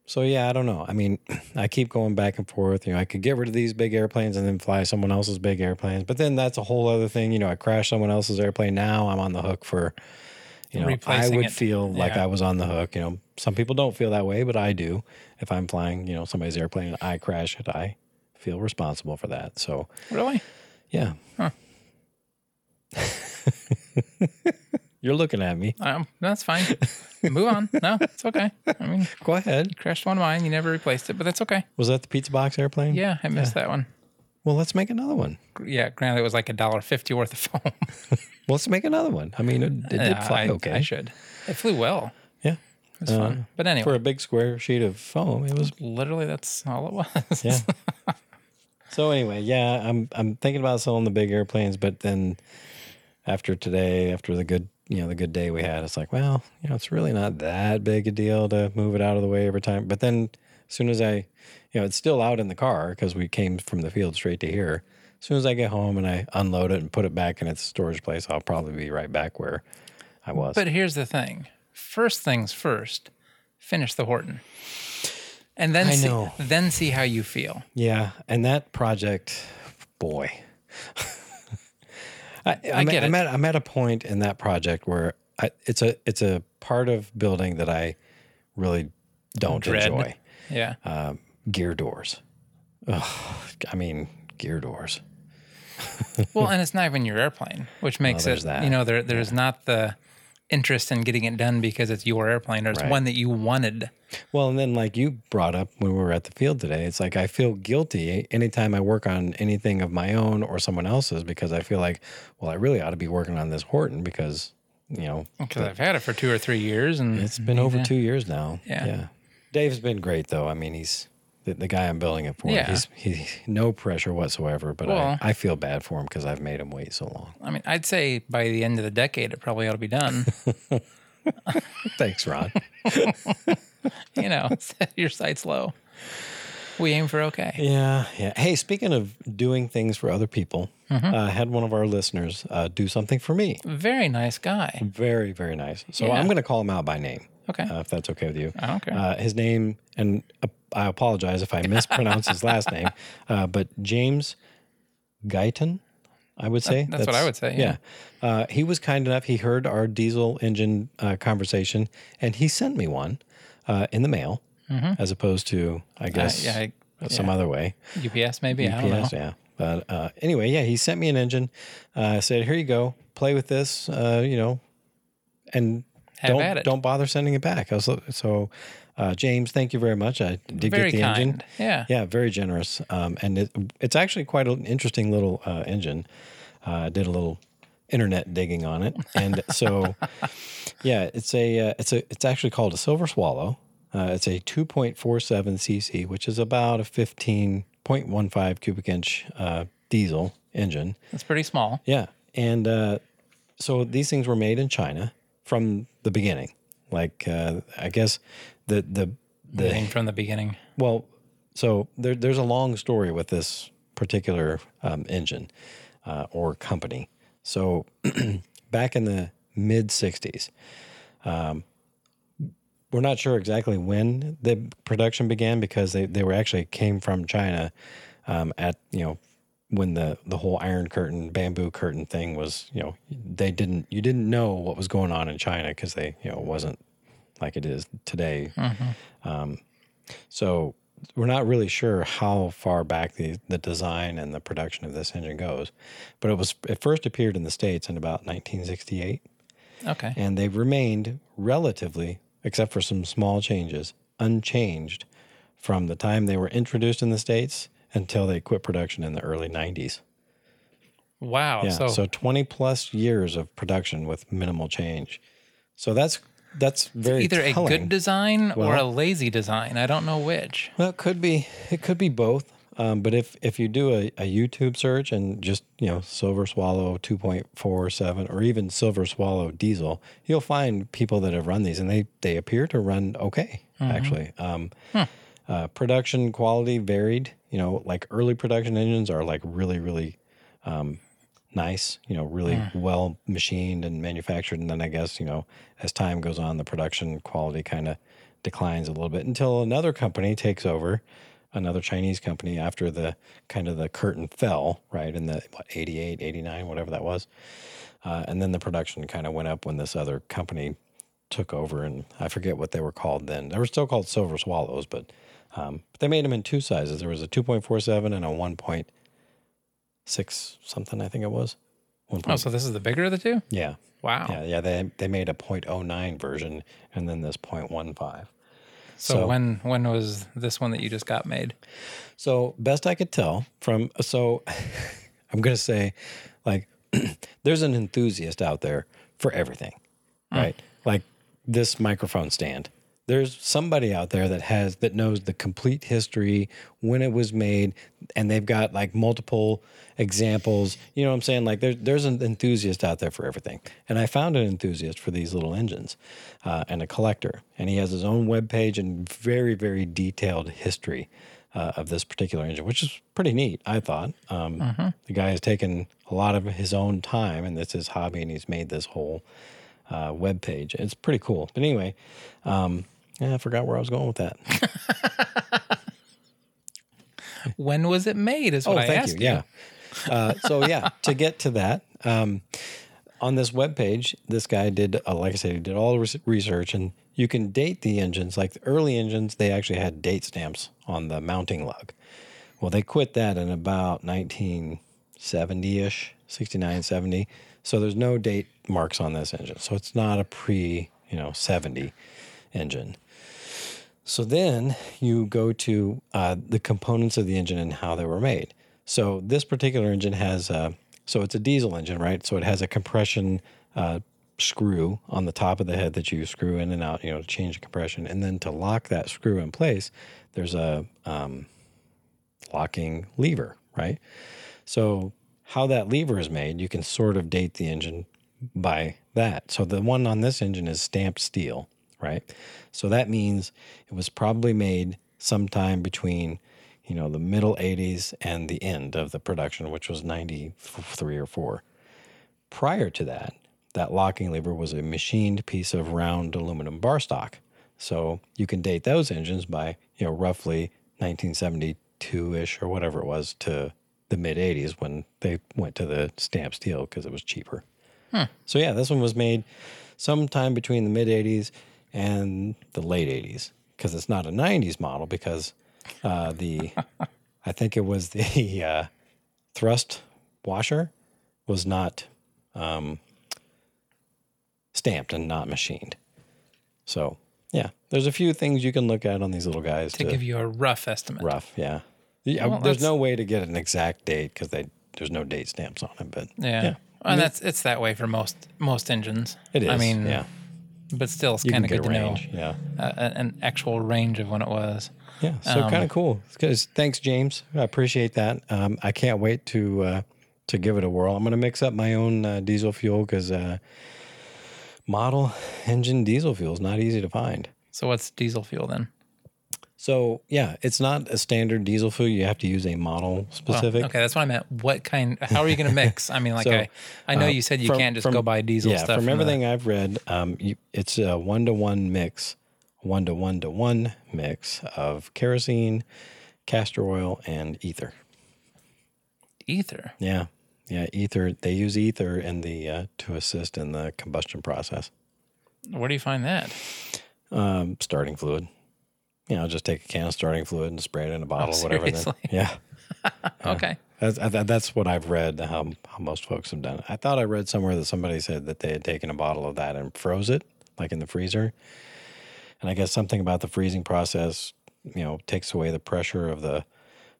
Speaker 2: So yeah, I don't know. I mean, I keep going back and forth. You know, I could get rid of these big airplanes and then fly someone else's big airplanes, but then that's a whole other thing. You know, I crash someone else's airplane. Now I'm on the hook for. You know,
Speaker 1: Replacing
Speaker 2: I would
Speaker 1: it.
Speaker 2: feel like
Speaker 1: Yeah.
Speaker 2: I was on the hook. You know, some people don't feel that way, but I do. If I'm flying, you know, somebody's airplane, and I crash it. I feel responsible for that. So
Speaker 1: Really?
Speaker 2: yeah.
Speaker 1: Huh.
Speaker 2: You're looking at me.
Speaker 1: Um, that's fine. Move on. No, it's okay. I mean, you
Speaker 2: Go ahead.
Speaker 1: crashed one of mine. You never replaced it, but that's okay.
Speaker 2: Was that the pizza box airplane?
Speaker 1: Yeah, I missed that one.
Speaker 2: Well, let's make another one.
Speaker 1: Gr- Yeah, granted, it was like a dollar fifty worth of foam.
Speaker 2: Well, let's make another one. I mean, it, it did
Speaker 1: Yeah,
Speaker 2: fly
Speaker 1: I,
Speaker 2: okay.
Speaker 1: I should. It flew well.
Speaker 2: Yeah. Uh,
Speaker 1: It was fun. But anyway,
Speaker 2: For a big square sheet of foam, it was
Speaker 1: literally, that's all it was.
Speaker 2: yeah. so anyway, yeah, I'm I'm thinking about selling the big airplanes, but then after today, after the good you know the good day we had, it's like well, you know, it's really not that big a deal to move it out of the way every time. But then as soon as I, you know, it's still out in the car because we came from the field straight to here. As soon as I get home and I unload it and put it back in its storage place, I'll probably be right back where I was.
Speaker 1: But here's the thing. First things first, finish the Horton. And then
Speaker 2: I
Speaker 1: see,
Speaker 2: know.
Speaker 1: then see how you feel.
Speaker 2: Yeah, and that project, boy, I, I'm,
Speaker 1: get
Speaker 2: at,
Speaker 1: it.
Speaker 2: I'm at I'm at a point in that project where I, it's a it's a part of building that I really don't
Speaker 1: Dread.
Speaker 2: enjoy.
Speaker 1: Yeah.
Speaker 2: Gear doors. Ugh, I mean, gear doors.
Speaker 1: well, and it's not even your airplane, which makes
Speaker 2: there's
Speaker 1: it
Speaker 2: that.
Speaker 1: you know there there's not the interest in getting it done because it's your airplane or it's
Speaker 2: Right.
Speaker 1: one that you wanted.
Speaker 2: Well, and then like you brought up when we were at the field today, it's like I feel guilty anytime I work on anything of my own or someone else's because I feel like, well, I really ought to be working on this Horton because you know
Speaker 1: Because I've had it for two or three years, and
Speaker 2: It's been over two years now.
Speaker 1: Yeah.
Speaker 2: Dave's been great though. I mean, he's the, the guy I'm building it for.
Speaker 1: Yeah.
Speaker 2: He's he no pressure whatsoever, but
Speaker 1: Well-
Speaker 2: I, I feel bad for him because I've made him wait so long.
Speaker 1: I mean, I'd say by the end of the decade, it probably ought to be done.
Speaker 2: Thanks, Ron.
Speaker 1: you know, set your sights low. We aim for okay.
Speaker 2: yeah, yeah. Hey, speaking of doing things for other people,
Speaker 1: Mm-hmm.
Speaker 2: uh, I had one of our listeners uh, do something for me.
Speaker 1: Very nice guy.
Speaker 2: Very, very nice. So
Speaker 1: Mm. Yeah.
Speaker 2: I'm going to call him out by name.
Speaker 1: Okay.
Speaker 2: uh, if that's okay with you.
Speaker 1: I don't care.
Speaker 2: Uh, his name, and uh, I apologize if I mispronounce his last name, uh, but James Guyton, I would say.
Speaker 1: That's what I would say,
Speaker 2: Yeah. Uh, he was kind enough. He heard our diesel engine uh, conversation and he sent me one uh, in the mail as opposed to, I guess,
Speaker 1: yeah, Mm-hmm. I-
Speaker 2: some other way.
Speaker 1: UPS maybe. I don't know.
Speaker 2: Yes, E yeah. But uh, anyway, yeah, he sent me an engine. Uh, I said, "Here you go, play with this," uh, you know, and
Speaker 1: Have
Speaker 2: don't
Speaker 1: at it.
Speaker 2: don't bother sending it back. I was like- so, uh, James, thank you very much. I did
Speaker 1: Very
Speaker 2: get the
Speaker 1: kind.
Speaker 2: engine.
Speaker 1: Yeah.
Speaker 2: Yeah, very generous. Um, and it, it's actually quite an interesting little uh, engine. Uh, I did a little internet digging on it, and so yeah, it's a uh, it's a it's actually called a Silver Swallow. Uh, it's a 2.47 cc, which is about a 15.15 cubic inch uh, diesel engine.
Speaker 1: It's pretty small.
Speaker 2: Yeah. And uh, so these things were made in China from the beginning. Like, uh, I guess the, the, the,
Speaker 1: Thing from the beginning.
Speaker 2: well, so there, there's a long story with this particular um, engine uh, or company. So back in the mid 60s, um, we're not sure exactly when the production began because they, they were actually came from China um, at, you know, when the, the whole iron curtain, bamboo curtain thing was, you know, they didn't, you didn't know what was going on in China because they, you know, it wasn't like it is today. So we're not really sure how far back the, the design and the production of this engine goes, but it was it first appeared in the states in about 1968,
Speaker 1: Okay.
Speaker 2: and they've remained relatively, except for some small changes, unchanged from the time they were introduced in the states until they quit production in the early 90s.
Speaker 1: Wow.
Speaker 2: Yeah,
Speaker 1: so,
Speaker 2: so 20 plus years of production with minimal change. So that's that's very
Speaker 1: either a
Speaker 2: telling.
Speaker 1: good design or a lazy design. I don't know which.
Speaker 2: Well, it could be it could be both. Um, but if if you do a, a YouTube search and just you know Silver Swallow 2.47 or even Silver Swallow Diesel, you'll find people that have run these and they they appear to run okay actually. Um, uh, production quality varied. You know, like early production engines are like really really nice, you know, really well machined and manufactured. And then I guess, you know, as time goes on, the production quality kind of declines a little bit until another company takes over, another Chinese company after the kind of the curtain fell, right? In the what, 88, 89, whatever that was. Uh, and then the production kind of went up when this other company took over. And I forget what they were called then. They were still called Silver Swallows, but. Um, they made them in two sizes. There was a 2.47 and a 1.6 something, I think it was. One
Speaker 1: Oh, so this is the bigger of the two?
Speaker 2: yeah.
Speaker 1: Wow.
Speaker 2: Yeah. Yeah. They, they made a 0.09 version and then this 0.15.
Speaker 1: so,
Speaker 2: so-
Speaker 1: when when was this one that you just got made?
Speaker 2: So, best I could tell from, so I'm going to say, like, there's an enthusiast out there for everything, right? Like this microphone stand. There's somebody out there that has, that knows the complete history, when it was made, and they've got like multiple examples. You know what I'm saying? Like, there, there's an enthusiast out there for everything. And I found an enthusiast for these little engines uh, and a collector. And he has his own webpage and very, very detailed history uh, of this particular engine, which is pretty neat, I thought. Um, The guy has taken a lot of his own time, and that's his hobby, and he's made this whole uh, web page. It's pretty cool. But anyway, um, yeah, I forgot where I was going with that.
Speaker 1: When was it made? Is what I asked you.
Speaker 2: Oh, Yeah. Uh, so yeah, to get to that, um, on this webpage, this guy did, uh, like I said, he did all the res- research, and you can date the engines. Like the early engines, they actually had date stamps on the mounting lug. Well, they quit that in about 1970 ish, 69, 70. So there's no date marks on this engine. So it's not a pre, you know, 70 engine. So then you go to uh, the components of the engine and how they were made. So this particular engine has, uh, so it's a diesel engine, right? So it has a compression uh, screw on the top of the head that you screw in and out, you know, to change the compression. And then to lock that screw in place, there's a um, locking lever, right? So how that lever is made, you can sort of date the engine by that. So the one on this engine is stamped steel, right? So that means it was probably made sometime between, you know, the middle 80s and the end of the production, which was 93 or 4. Prior to that, that locking lever was a machined piece of round aluminum bar stock. So you can date those engines by, you know, roughly 1972-ish or whatever it was to the mid 80s when they went to the stamp steel because it was cheaper. So yeah, this one was made sometime between the mid 80s and the late 80s because it's not a 90s model because uh, the I think it was the uh, thrust washer was not um, stamped and not machined. So yeah, there's a few things you can look at on these little guys
Speaker 1: to give you a rough estimate.
Speaker 2: rough. Yeah, yeah.
Speaker 1: Well,
Speaker 2: there's
Speaker 1: that's-
Speaker 2: no way to get an exact date because they there's no date stamps on it. But
Speaker 1: Yeah. And that's it's that way for most most engines.
Speaker 2: it is.
Speaker 1: I mean,
Speaker 2: yeah,
Speaker 1: but still, it's
Speaker 2: you can
Speaker 1: kind of
Speaker 2: get
Speaker 1: good
Speaker 2: a
Speaker 1: to know
Speaker 2: range. Yeah,
Speaker 1: uh, a- an actual range of when it was.
Speaker 2: yeah. So kind of cool. It's good. Thanks, James. I appreciate that. Um, I can't wait to uh, to give it a whirl. I'm gonna mix up my own uh, diesel fuel because uh, model engine diesel fuel is not easy to find.
Speaker 1: So what's diesel fuel then?
Speaker 2: So yeah, it's not a standard diesel fuel. You have to use a model specific.
Speaker 1: Oh, Okay, that's what I meant. What kind? How are you going to mix? I mean, like
Speaker 2: So, uh,
Speaker 1: I, I know you said you
Speaker 2: from-
Speaker 1: can't just
Speaker 2: from-
Speaker 1: go buy diesel
Speaker 2: yeah,
Speaker 1: stuff.
Speaker 2: from
Speaker 1: the-
Speaker 2: everything I've read, um, you, it's a one to one mix, one to one to one mix of kerosene, castor oil, and ether.
Speaker 1: ether.
Speaker 2: Yeah, yeah, ether. They use ether in the uh, to assist in the combustion process.
Speaker 1: Where do you find that?
Speaker 2: Um, starting fluid. Yeah, I'll just take a can of starting fluid and spray it in a bottle, or whatever. Then.
Speaker 1: seriously?
Speaker 2: Yeah. Oh,
Speaker 1: Okay.
Speaker 2: That's, I- that's what I've read, how, how most folks have done it. I thought I read somewhere that somebody said that they had taken a bottle of that and froze it, like in the freezer. And I guess something about the freezing process, you know, takes away the pressure of the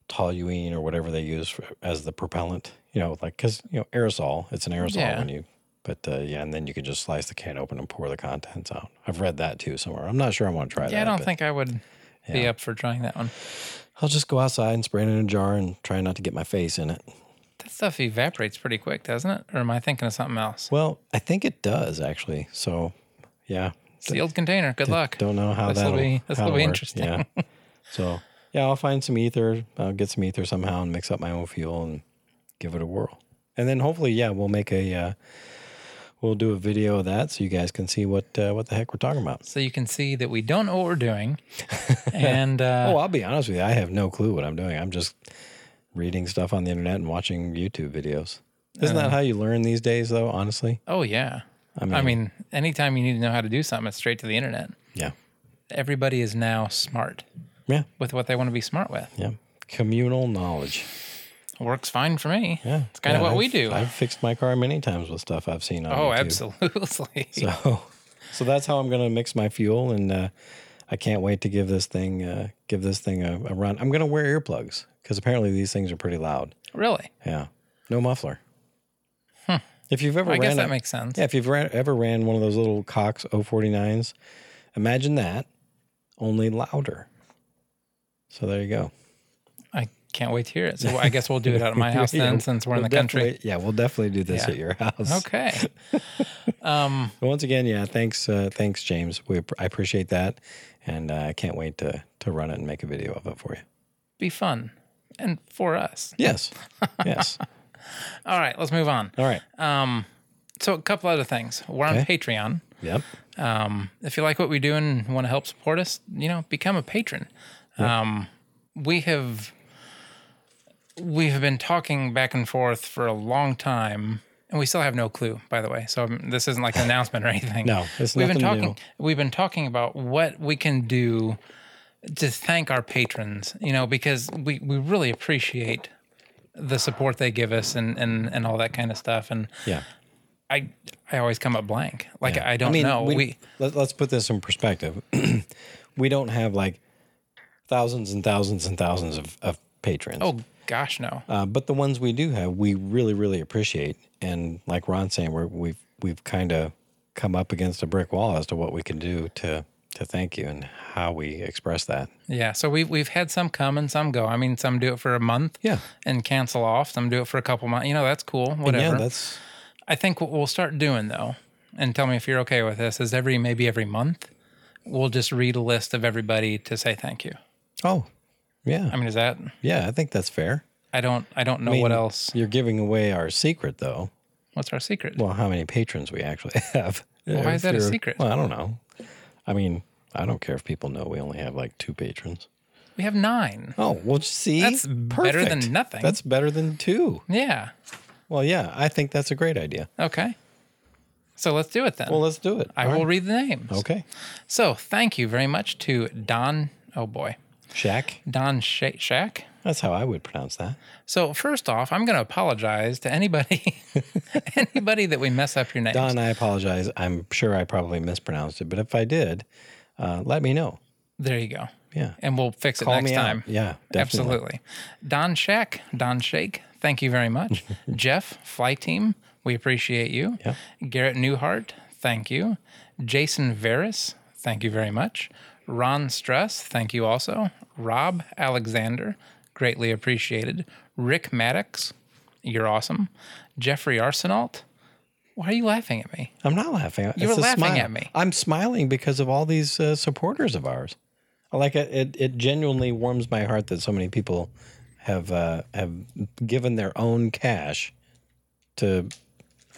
Speaker 2: toluene or whatever they use for, as the propellant, you know, like, because, you know, aerosol, it's an aerosol
Speaker 1: Yeah.
Speaker 2: when you, but uh, yeah, and then you can just slice the can open and pour the contents out. I've read that too somewhere. I'm not sure I want to try that.
Speaker 1: Yeah, I don't
Speaker 2: but
Speaker 1: think I would be up for trying that one.
Speaker 2: I'll just go outside and spray it in a jar and try not to get my face in it.
Speaker 1: That stuff evaporates pretty quick, doesn't it? Or am I thinking of something else?
Speaker 2: Well, I think it does actually. So, yeah,
Speaker 1: Sealed container. Good luck.
Speaker 2: don't know how
Speaker 1: This'll
Speaker 2: that'll
Speaker 1: be- this'll
Speaker 2: that'll
Speaker 1: be
Speaker 2: work.
Speaker 1: interesting.
Speaker 2: Yeah. so, yeah, I'll find some ether. I'll get some ether somehow and mix up my own fuel and give it a whirl. And then hopefully, yeah, we'll make a uh, we'll do a video of that so you guys can see what uh, what the heck we're talking about.
Speaker 1: So you can see that we don't know what we're doing, and uh,
Speaker 2: Oh, I'll be honest with you, I have no clue what I'm doing. I'm just reading stuff on the internet and watching YouTube videos. Isn't
Speaker 1: Uh.
Speaker 2: that how you learn these days, though? Honestly,
Speaker 1: oh yeah. I mean, anytime you need to know how to do something, it's straight to the internet.
Speaker 2: yeah,
Speaker 1: Everybody is now smart
Speaker 2: yeah,
Speaker 1: with what they want to be smart with.
Speaker 2: yeah. Communal knowledge.
Speaker 1: Works fine for me.
Speaker 2: Yeah,
Speaker 1: it's kind of
Speaker 2: Yeah,
Speaker 1: what
Speaker 2: I've-
Speaker 1: we do.
Speaker 2: I've fixed my car many times with stuff I've seen on.
Speaker 1: oh,
Speaker 2: YouTube.
Speaker 1: absolutely.
Speaker 2: So, so that's how I'm going to mix my fuel, and uh, I can't wait to give this thing uh, give this thing a, a run. I'm going to wear earplugs because apparently these things are pretty loud.
Speaker 1: really?
Speaker 2: Yeah, no muffler. If you've ever
Speaker 1: I
Speaker 2: ran
Speaker 1: guess that
Speaker 2: a-
Speaker 1: makes sense.
Speaker 2: yeah, if you've ran, ever ran one of those little Cox 049s, imagine that only louder. So there you go.
Speaker 1: I can't wait to hear it. So I guess we'll do it out of my house
Speaker 2: Yeah,
Speaker 1: then, since we're in
Speaker 2: we'll
Speaker 1: the country.
Speaker 2: definitely- Yeah, we'll definitely do this
Speaker 1: Yeah.
Speaker 2: at your house.
Speaker 1: Okay.
Speaker 2: But once again, yeah, thanks, uh, thanks, James. We I appreciate that, and uh, I can't wait to to run it and make a video of it for you.
Speaker 1: Be fun. And for us.
Speaker 2: Yes, yes.
Speaker 1: All right, let's move on.
Speaker 2: All right.
Speaker 1: So a couple other things. We're on
Speaker 2: Okay.
Speaker 1: Patreon.
Speaker 2: yep.
Speaker 1: Um, if you like what we do and want to help support us, you know, become a patron. Um, we have we have been talking back and forth for a long time, and we still have no clue. By the way, so um, this isn't like an announcement or anything.
Speaker 2: No, it's
Speaker 1: we've been
Speaker 2: nothing
Speaker 1: talking. We've been talking about what we can do to thank our patrons. You know, because we we really appreciate the support they give us and and and all that kind of stuff. And
Speaker 2: Yeah.
Speaker 1: I I always come up blank. Like I don't
Speaker 2: I mean,
Speaker 1: know.
Speaker 2: we,
Speaker 1: we
Speaker 2: let, us put this in perspective. we don't have like thousands and thousands and thousands of, of patrons.
Speaker 1: Oh gosh, no.
Speaker 2: Uh, but the ones we do have, we really, really appreciate. And like Ron's saying, we're, we've we've kind of come up against a brick wall as to what we can do to to thank you and how we express that.
Speaker 1: Yeah. So we've we've had some come and some go. I mean, some do it for a month.
Speaker 2: Yeah.
Speaker 1: And cancel off. Some do it for a couple months. You know, that's cool. Whatever.
Speaker 2: Yeah, that's
Speaker 1: I think what we'll start doing though, and tell me if you're okay with this, is every maybe every month, we'll just read a list of everybody to say thank you.
Speaker 2: Oh, yeah,
Speaker 1: I mean, is that?
Speaker 2: yeah. I think that's fair.
Speaker 1: I don't I don't know what else.
Speaker 2: You're giving away our secret, though.
Speaker 1: What's our secret?
Speaker 2: Well, how many patrons we actually have.
Speaker 1: Well, why is
Speaker 2: If
Speaker 1: that a
Speaker 2: you're-
Speaker 1: secret?
Speaker 2: Well, I don't know. I mean, I don't care if people know we only have like two patrons.
Speaker 1: we have nine.
Speaker 2: Oh, well, see,
Speaker 1: That's better than
Speaker 2: Perfect.
Speaker 1: nothing.
Speaker 2: That's better than two.
Speaker 1: Yeah.
Speaker 2: Well, yeah, I think that's a great idea.
Speaker 1: Okay. So let's do it then.
Speaker 2: Well, let's do it.
Speaker 1: I
Speaker 2: All
Speaker 1: will
Speaker 2: right. Oh.
Speaker 1: read the names.
Speaker 2: Okay,
Speaker 1: So thank you very much to Don. Oh boy,
Speaker 2: Shaq.
Speaker 1: Don Sha Shack.
Speaker 2: That's how I would pronounce that.
Speaker 1: So first off, I'm going to apologize to anybody, anybody that we mess up your names.
Speaker 2: Don, I apologize. I'm sure I probably mispronounced it, but if I did, uh, let me know.
Speaker 1: There you go.
Speaker 2: Yeah.
Speaker 1: And we'll fix it
Speaker 2: Call
Speaker 1: next
Speaker 2: me
Speaker 1: time.
Speaker 2: out. Yeah, definitely.
Speaker 1: Absolutely. Don Shack, Don Shake, thank you very much. Jeff, Fly Team, we appreciate you.
Speaker 2: Yeah.
Speaker 1: Garrett Newhart, thank you. Jason Veris, thank you very much. Ron Stress, thank you also. Rob Alexander, greatly appreciated. Rick Maddox, you're awesome. Jeffrey Arsenault, why are you laughing at me?
Speaker 2: I'm not laughing. You
Speaker 1: were laughing at me.
Speaker 2: I'm smiling because of all these uh, supporters of ours. Like it, it, it genuinely warms my heart that so many people have uh, have given their own cash to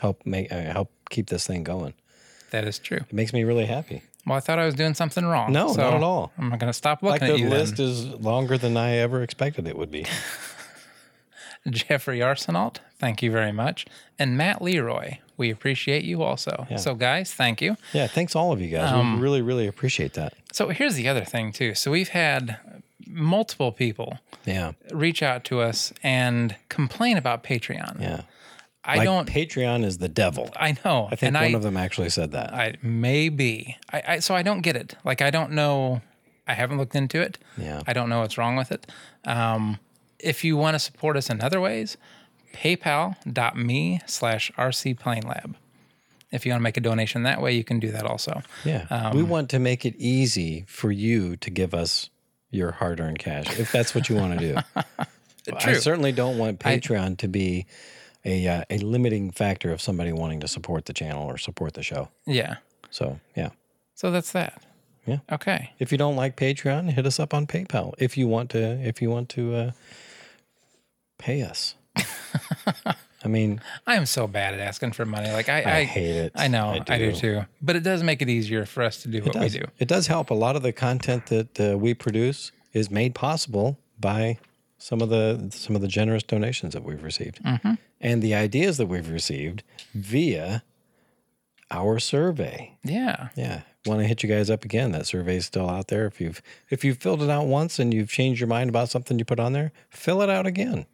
Speaker 2: help make uh, help keep this thing going.
Speaker 1: That is true.
Speaker 2: It makes me really happy.
Speaker 1: Well, I thought I was doing something wrong.
Speaker 2: No,
Speaker 1: so
Speaker 2: not at all.
Speaker 1: I'm not going to stop
Speaker 2: Like
Speaker 1: looking
Speaker 2: the
Speaker 1: at you. then.
Speaker 2: list is longer than I ever expected it would be.
Speaker 1: Jeffrey Arsenault, thank you very much. And Matt Leroy, we appreciate you also. So, guys, thank you.
Speaker 2: Yeah, thanks all of you guys.
Speaker 1: Um,
Speaker 2: we really, really appreciate that.
Speaker 1: So, here's the other thing, too. So, we've had multiple people
Speaker 2: Yeah,
Speaker 1: reach out to us and complain about Patreon.
Speaker 2: yeah.
Speaker 1: I
Speaker 2: Like
Speaker 1: don't,
Speaker 2: Patreon is the devil.
Speaker 1: I know.
Speaker 2: I think
Speaker 1: and
Speaker 2: one
Speaker 1: I,
Speaker 2: of them actually said that.
Speaker 1: I, maybe. I, I, so, I don't get it. Like, I don't know. I haven't looked into it.
Speaker 2: Yeah.
Speaker 1: I don't know what's wrong with it. Um, if you want to support us in other ways, paypal.me slash rcplanelab. If you want to make a donation that way, you can do that also.
Speaker 2: Yeah. we
Speaker 1: Um,
Speaker 2: want to make it easy for you to give us your hard earned cash if that's what you want to do. I
Speaker 1: True.
Speaker 2: certainly don't want Patreon to be a, uh, a limiting factor of somebody wanting to support the channel or support the show.
Speaker 1: Yeah.
Speaker 2: So, yeah.
Speaker 1: So that's that.
Speaker 2: Yeah.
Speaker 1: Okay.
Speaker 2: If you don't like Patreon, hit us up on PayPal. If you want to, if you want to uh, pay us, I mean,
Speaker 1: I am so bad at asking for money. Like I, I,
Speaker 2: I hate it.
Speaker 1: I know. I
Speaker 2: I
Speaker 1: do.
Speaker 2: do.
Speaker 1: too. But it does make it easier for us to do what we do.
Speaker 2: It does help. A lot of the content that uh, we produce is made possible by some of the some of the generous donations that we've received, and the ideas that we've received via our survey.
Speaker 1: Yeah.
Speaker 2: Yeah, want to hit you guys up again. That survey's still out there. If you've if you've filled it out once and you've changed your mind about something you put on there, fill it out again.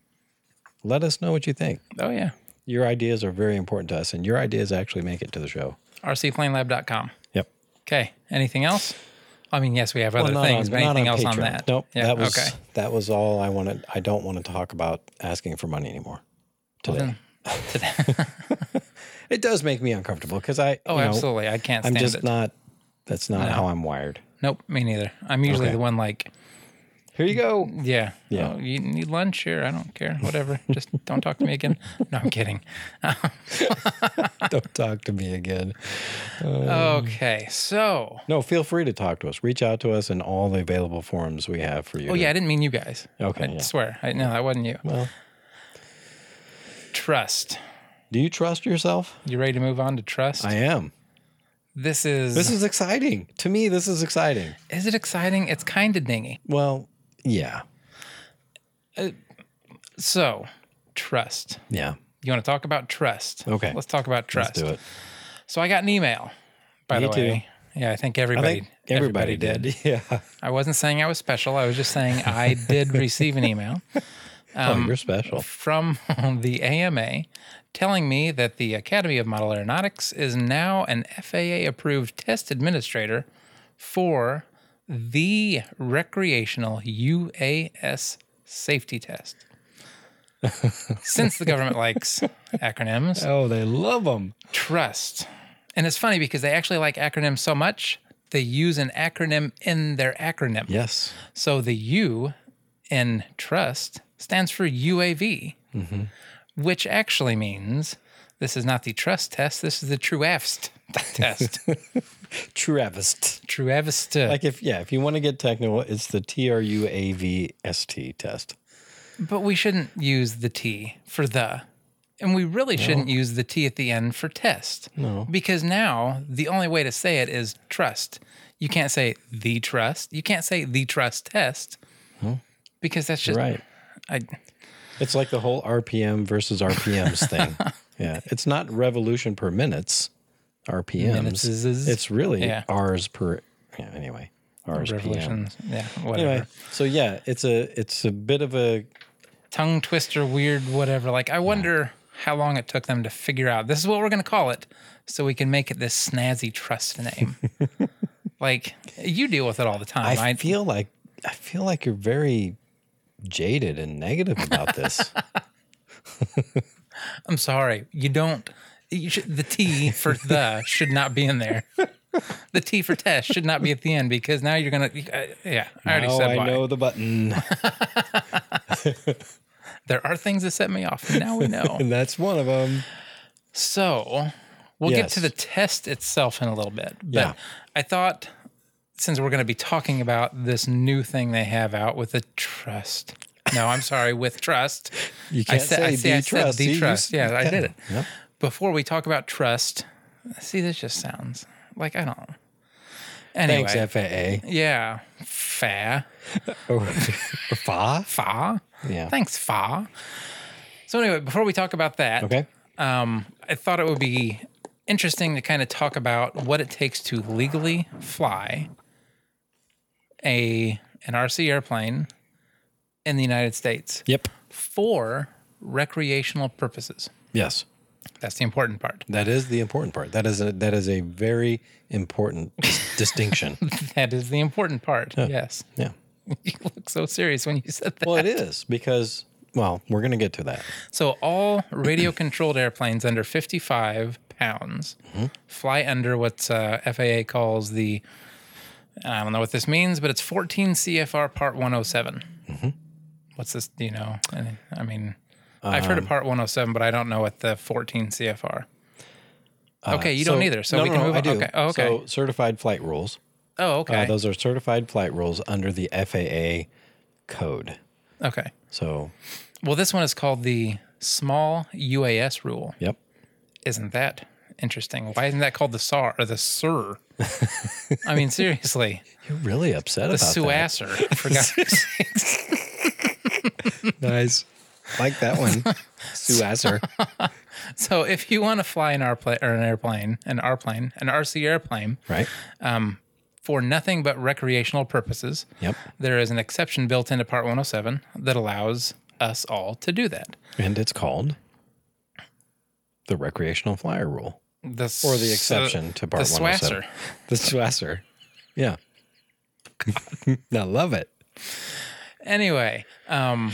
Speaker 2: Let us know what you think.
Speaker 1: Oh yeah.
Speaker 2: Your ideas are very important to us, and your ideas actually make it to the show.
Speaker 1: rcplanelab.com.
Speaker 2: Yep.
Speaker 1: Okay. Anything else? I mean, yes, we have other
Speaker 2: Well, not
Speaker 1: things,
Speaker 2: on-
Speaker 1: but
Speaker 2: not
Speaker 1: anything else on
Speaker 2: Patreon.
Speaker 1: that?
Speaker 2: Nope.
Speaker 1: Yeah,
Speaker 2: that was
Speaker 1: okay.
Speaker 2: that was all I wanted. I don't want to talk about asking for money anymore. Today,
Speaker 1: Today.
Speaker 2: it does make me uncomfortable because I.
Speaker 1: Oh,
Speaker 2: you know,
Speaker 1: absolutely. I can't
Speaker 2: I'm
Speaker 1: stand
Speaker 2: just
Speaker 1: it.
Speaker 2: not. That's not how I'm wired.
Speaker 1: Nope, me neither. I'm usually
Speaker 2: Okay.
Speaker 1: the one like,
Speaker 2: Here you go.
Speaker 1: yeah,
Speaker 2: Yeah.
Speaker 1: oh, you need lunch here. I don't care. Whatever. Just don't talk to me again. No, I'm kidding.
Speaker 2: don't talk to me again. Um,
Speaker 1: Okay, so
Speaker 2: No, feel free to talk to us. Reach out to us in all the available forums we have for you.
Speaker 1: oh yeah, I didn't mean you guys.
Speaker 2: Okay.
Speaker 1: I
Speaker 2: yeah.
Speaker 1: swear, I, no, that wasn't you.
Speaker 2: Well,
Speaker 1: Trust.
Speaker 2: do you trust yourself?
Speaker 1: You ready to move on to trust?
Speaker 2: I am.
Speaker 1: this is.
Speaker 2: This is exciting to me. This is exciting.
Speaker 1: Is it exciting? It's kind of dingy.
Speaker 2: Well, yeah,
Speaker 1: So, trust.
Speaker 2: yeah.
Speaker 1: You want to talk about trust?
Speaker 2: Okay.
Speaker 1: Let's talk about trust.
Speaker 2: Let's do it.
Speaker 1: So I got an email. By
Speaker 2: Me
Speaker 1: the way. Yeah, I think everybody.
Speaker 2: I think everybody, did. Yeah.
Speaker 1: I wasn't saying I was special. I was just saying I did receive an email. Um,
Speaker 2: oh, you're special.
Speaker 1: from the AMA telling me that the Academy of Model Aeronautics is now an FAA approved test administrator for the recreational UAS safety test. Since the government likes acronyms,
Speaker 2: Oh, they love them.
Speaker 1: trust. And it's funny because they actually like acronyms so much, they use an acronym in their acronym.
Speaker 2: Yes.
Speaker 1: So the U in trust stands for UAV, which actually means this is not the trust test. This is the truest test.
Speaker 2: Travest.
Speaker 1: truest.
Speaker 2: Like if yeah, if you want to get technical, it's the T R U A V S T test.
Speaker 1: but we shouldn't use the T for the. And we really shouldn't use the T at the end for test.
Speaker 2: No.
Speaker 1: Because now the only way to say it is trust. You can't say the trust. You can't say the trust test. Because that's just
Speaker 2: Right.
Speaker 1: I,
Speaker 2: It's like the whole RPM versus RPMs thing. Yeah. It's not revolution per minutes, RPMs.
Speaker 1: Minutes-es.
Speaker 2: It's really
Speaker 1: Yeah.
Speaker 2: R's per, yeah, anyway, R's PM.
Speaker 1: revolutions. Yeah, whatever.
Speaker 2: Anyway, so yeah, it's a it's a bit of a
Speaker 1: Tongue twister, weird, whatever. Like I wonder how long it took them to figure out this is what we're gonna call it, so we can make it this snazzy trust name. like you deal with it all the time.
Speaker 2: I
Speaker 1: I,
Speaker 2: feel like I feel like you're very jaded and negative about this.
Speaker 1: I'm sorry, you don't. You should, the T for the should not be in there. The T for test should not be at the end because now you're gonna. Uh, yeah, I already
Speaker 2: oh,
Speaker 1: said
Speaker 2: I
Speaker 1: why.
Speaker 2: know the button,
Speaker 1: There are things that set me off. and Now we know.
Speaker 2: and that's one of them.
Speaker 1: So we'll get to the
Speaker 2: Yes.
Speaker 1: test itself in a little bit. But
Speaker 2: Yeah.
Speaker 1: I thought since we're going to be talking about this new thing they have out with the trust. No, I'm sorry, with trust.
Speaker 2: You can't say
Speaker 1: I
Speaker 2: the trust. See,
Speaker 1: the
Speaker 2: you
Speaker 1: trust.
Speaker 2: s-
Speaker 1: Yeah, I
Speaker 2: yeah.
Speaker 1: did it.
Speaker 2: Yep.
Speaker 1: Before we talk about trust, see, this just sounds like I don't. Anyway,
Speaker 2: Thanks, FAA.
Speaker 1: yeah, fa Oh,
Speaker 2: Or fa?
Speaker 1: fa.
Speaker 2: Yeah.
Speaker 1: Thanks, fa. So anyway, before we talk about that,
Speaker 2: Okay.
Speaker 1: um, I thought it would be interesting to kind of talk about what it takes to legally fly a an RC airplane in the United States
Speaker 2: Yep.
Speaker 1: for recreational purposes.
Speaker 2: Yes.
Speaker 1: That's the important part.
Speaker 2: That is the important part. That is a, that is a very important distinction.
Speaker 1: That is the important part. Yes.
Speaker 2: Yeah.
Speaker 1: You look so serious when you said that.
Speaker 2: Well, it is because well, we're going to get to that.
Speaker 1: So all radio controlled airplanes under 55 pounds fly under what uh, FAA calls the I don't know what this means, but it's 14 CFR Part 107.
Speaker 2: Mm-hmm.
Speaker 1: What's this? Do you know? I- I mean, I've heard
Speaker 2: Um,
Speaker 1: of Part 107, but I don't know what the 14 CFR. Okay, you don't either, so
Speaker 2: Uh, no,
Speaker 1: we
Speaker 2: no,
Speaker 1: can
Speaker 2: no,
Speaker 1: move
Speaker 2: I
Speaker 1: on.
Speaker 2: do.
Speaker 1: Okay. Oh, okay.
Speaker 2: So certified flight rules.
Speaker 1: oh,
Speaker 2: Uh,
Speaker 1: okay.
Speaker 2: those are certified flight rules under the FAA code.
Speaker 1: okay.
Speaker 2: So
Speaker 1: Well, this one is called the small UAS rule.
Speaker 2: yep.
Speaker 1: Isn't that interesting? Why isn't that called the SAR or the SIR? I mean, seriously.
Speaker 2: You're really upset
Speaker 1: The
Speaker 2: about that.
Speaker 1: Suasser. For God's sakes.
Speaker 2: Nice. Like that one. Suasser.
Speaker 1: so if you want to fly an airplane or an airplane, an airplane, an RC airplane
Speaker 2: Right?
Speaker 1: for nothing but recreational purposes,
Speaker 2: Yep.
Speaker 1: there is an exception built into Part 107 that allows us all to do that.
Speaker 2: And it's called the recreational flyer rule.
Speaker 1: The uh,
Speaker 2: Or the exception to part
Speaker 1: the
Speaker 2: 107.
Speaker 1: Suasser.
Speaker 2: The Swasser. Yeah. I love it.
Speaker 1: Anyway, um,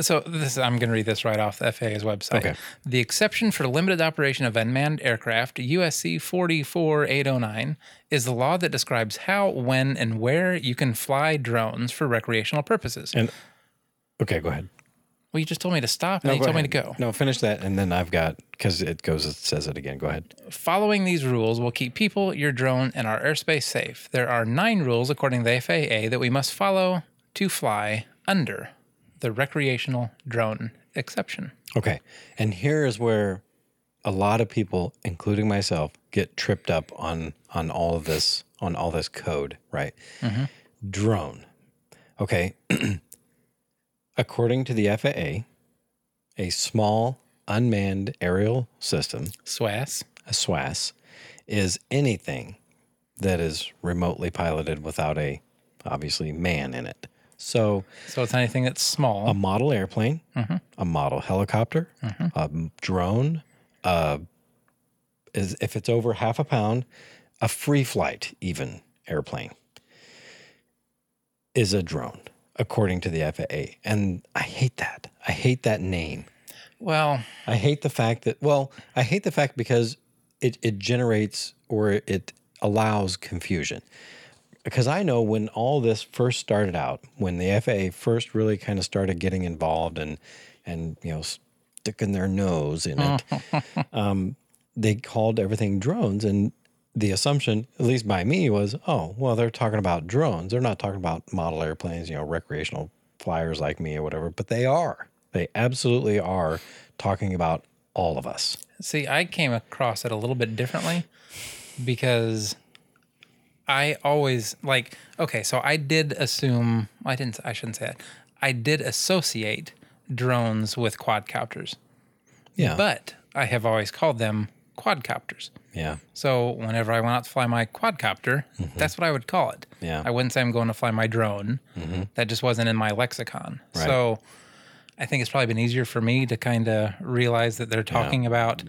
Speaker 1: so this I'm going to read this right off the FAA's website.
Speaker 2: Okay.
Speaker 1: The exception for limited operation of unmanned aircraft, USC 44809, is the law that describes how, when, and where you can fly drones for recreational purposes.
Speaker 2: And- Okay, go ahead.
Speaker 1: well, you just told me to stop and you told me to go.
Speaker 2: No, finish that, and then I've got because it goes. It says it again. Go ahead.
Speaker 1: Following these rules will keep people, your drone, and our airspace safe. There are nine rules, according to the FAA, that we must follow to fly under the recreational drone exception.
Speaker 2: Okay, and here is where a lot of people, including myself, get tripped up on on all of this on all this code. Right? Drone. Okay. According to the FAA, a small unmanned aerial system
Speaker 1: SWAS.
Speaker 2: a SWAS, is anything that is remotely piloted without a obviously man in it. So
Speaker 1: So it's anything that's small.
Speaker 2: a model airplane, a model helicopter, a m- drone, uh, is if it's over half a pound, a free flight even airplane is a drone according to the FAA. And I hate that. I hate that name.
Speaker 1: well,
Speaker 2: I hate the fact that well, I hate the fact because it, it generates or it allows confusion. Because I know when all this first started out, when the FAA first really kind of started getting involved and and you know sticking their nose in it, um, they called everything drones and the assumption, at least by me, was oh well they're talking about drones. They're not talking about model airplanes, you know, recreational flyers like me or whatever. But they are. They absolutely are talking about all of us.
Speaker 1: See, I came across it a little bit differently because I always like okay, so I did assume I didn't I shouldn't say it. I did associate drones with quadcopters.
Speaker 2: Yeah.
Speaker 1: But I have always called them quadcopters.
Speaker 2: yeah.
Speaker 1: So whenever I went out to fly my quadcopter, that's what I would call it.
Speaker 2: Mm-hmm. Yeah. Mm-hmm.
Speaker 1: I wouldn't say I'm going to fly my drone. That just wasn't in my lexicon.
Speaker 2: Right.
Speaker 1: So I think it's probably been easier for me to kind of realize that they're talking about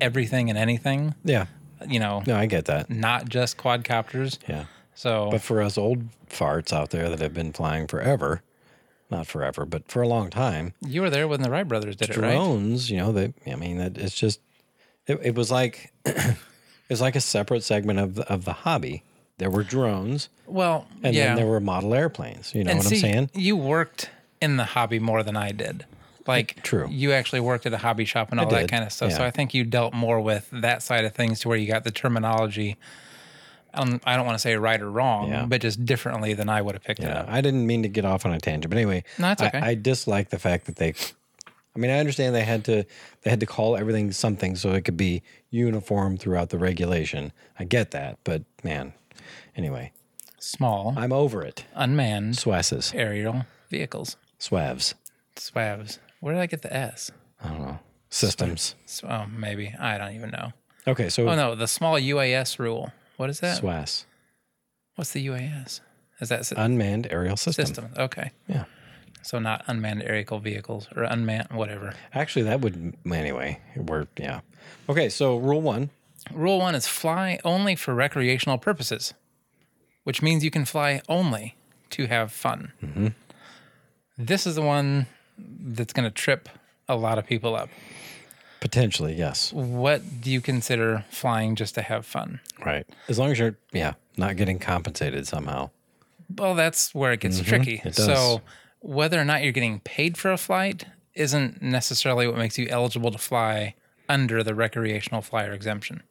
Speaker 1: everything and anything,
Speaker 2: Yeah.
Speaker 1: you know,
Speaker 2: No, I get that.
Speaker 1: not just quadcopters.
Speaker 2: Yeah.
Speaker 1: So
Speaker 2: But for us old farts out there that have been flying forever, not forever, but for a long time,
Speaker 1: you were there when the Wright brothers did it, right?
Speaker 2: drones, you know, they, I mean, that it's just, it, it was like, it's like a separate segment of the, of the hobby. There were drones
Speaker 1: Well,
Speaker 2: and
Speaker 1: yeah.
Speaker 2: then there were model airplanes. You know
Speaker 1: and
Speaker 2: what
Speaker 1: see,
Speaker 2: I'm saying?
Speaker 1: you worked in the hobby more than I did. Like,
Speaker 2: True.
Speaker 1: You actually worked at a hobby shop and all
Speaker 2: did,
Speaker 1: that kind of stuff. So
Speaker 2: yeah.
Speaker 1: I think you dealt more with that side of things to where you got the terminology. Um, I don't want to say right or wrong,
Speaker 2: Yeah.
Speaker 1: but just differently than I would have picked it
Speaker 2: Yeah,
Speaker 1: up.
Speaker 2: I didn't mean to get off on a tangent, but anyway,
Speaker 1: No, it's
Speaker 2: I-
Speaker 1: okay.
Speaker 2: I, dislike the fact that they. I mean, I understand they had to they had to call everything something so it could be uniform throughout the regulation. I get that, but man, anyway,
Speaker 1: Small,
Speaker 2: I'm over it.
Speaker 1: unmanned
Speaker 2: Swasses,
Speaker 1: aerial vehicles,
Speaker 2: swavs,
Speaker 1: SWAVs. Where did I get the S?
Speaker 2: systems.
Speaker 1: S- Oh, maybe I don't even know.
Speaker 2: Okay, so
Speaker 1: Oh no, the small UAS rule. What is that?
Speaker 2: swas,
Speaker 1: What's the UAS? Is that s-
Speaker 2: unmanned aerial system.
Speaker 1: system? Okay.
Speaker 2: Yeah,
Speaker 1: So not unmanned aerial vehicles or unmanned whatever.
Speaker 2: actually, that would anyway. We're yeah. Okay, so rule one.
Speaker 1: Rule one is fly only for recreational purposes, which means you can fly only to have fun. This is the one that's going to trip a lot of people up.
Speaker 2: Potentially, yes.
Speaker 1: What do you consider flying just to have fun?
Speaker 2: Right. As long as you're, yeah, not getting compensated somehow.
Speaker 1: Well, that's where it gets tricky.
Speaker 2: Mm-hmm. it does.
Speaker 1: So, whether or not you're getting paid for a flight isn't necessarily what makes you eligible to fly under the recreational flyer exemption.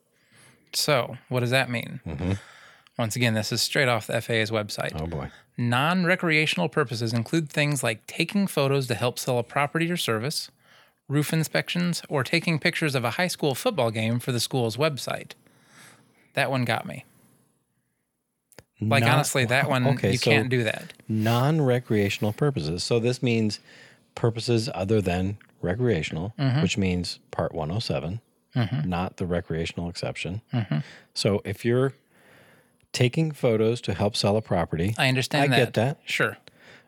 Speaker 1: So, what does that mean?
Speaker 2: Mm-hmm.
Speaker 1: Once again, this is straight off the FAA's website.
Speaker 2: Oh boy.
Speaker 1: Non recreational purposes include things like taking photos to help sell a property or service, roof inspections, or taking pictures of a high school football game for the school's website. That one got me. Like,
Speaker 2: Not-
Speaker 1: honestly, that one,
Speaker 2: okay,
Speaker 1: you
Speaker 2: so-
Speaker 1: can't do that.
Speaker 2: non recreational purposes. So this means purposes other than recreational,
Speaker 1: Mm-hmm.
Speaker 2: which means part 107, not the recreational exception.
Speaker 1: Mm-hmm.
Speaker 2: So if you're taking photos to help sell a property,
Speaker 1: I understand
Speaker 2: I
Speaker 1: that.
Speaker 2: get that.
Speaker 1: Sure.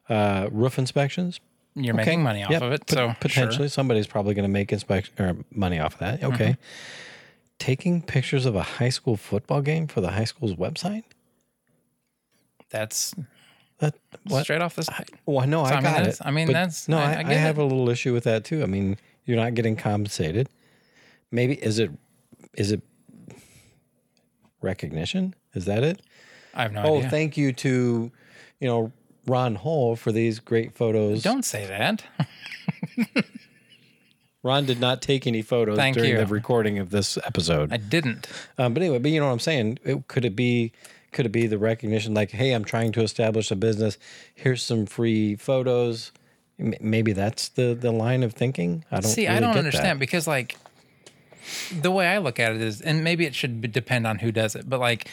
Speaker 2: uh, roof inspections,
Speaker 1: You're making money off
Speaker 2: Yep,
Speaker 1: of it.
Speaker 2: pot-
Speaker 1: so,
Speaker 2: potentially somebody's probably going to make inspection or money off of that.
Speaker 1: Mm-hmm.
Speaker 2: Okay. Taking pictures of a high school football game for the high school's website?
Speaker 1: sure. That's
Speaker 2: That what?
Speaker 1: straight off the site.
Speaker 2: Well, no, I,
Speaker 1: I mean,
Speaker 2: got it.
Speaker 1: that's- I mean,
Speaker 2: but
Speaker 1: that's-
Speaker 2: no,
Speaker 1: I-
Speaker 2: I,
Speaker 1: I
Speaker 2: I,
Speaker 1: get
Speaker 2: have a little issue with that too. I mean, you're not getting compensated. Maybe is it is it recognition? Is that it?
Speaker 1: I have no
Speaker 2: Oh,
Speaker 1: idea.
Speaker 2: thank you to you know Ron Hole for these great photos.
Speaker 1: Don't say that.
Speaker 2: Ron did not take any photos
Speaker 1: Thank
Speaker 2: during
Speaker 1: you.
Speaker 2: the recording of this episode.
Speaker 1: I didn't.
Speaker 2: Um, but anyway, but you know what I'm saying? It, could it be? Could it be the recognition? Like, hey, I'm trying to establish a business. Here's some free photos. M- maybe that's the the line of thinking. I don't
Speaker 1: See, I
Speaker 2: really
Speaker 1: don't
Speaker 2: get
Speaker 1: understand because like the way I look at it is, and maybe it should be- depend on who does it, but like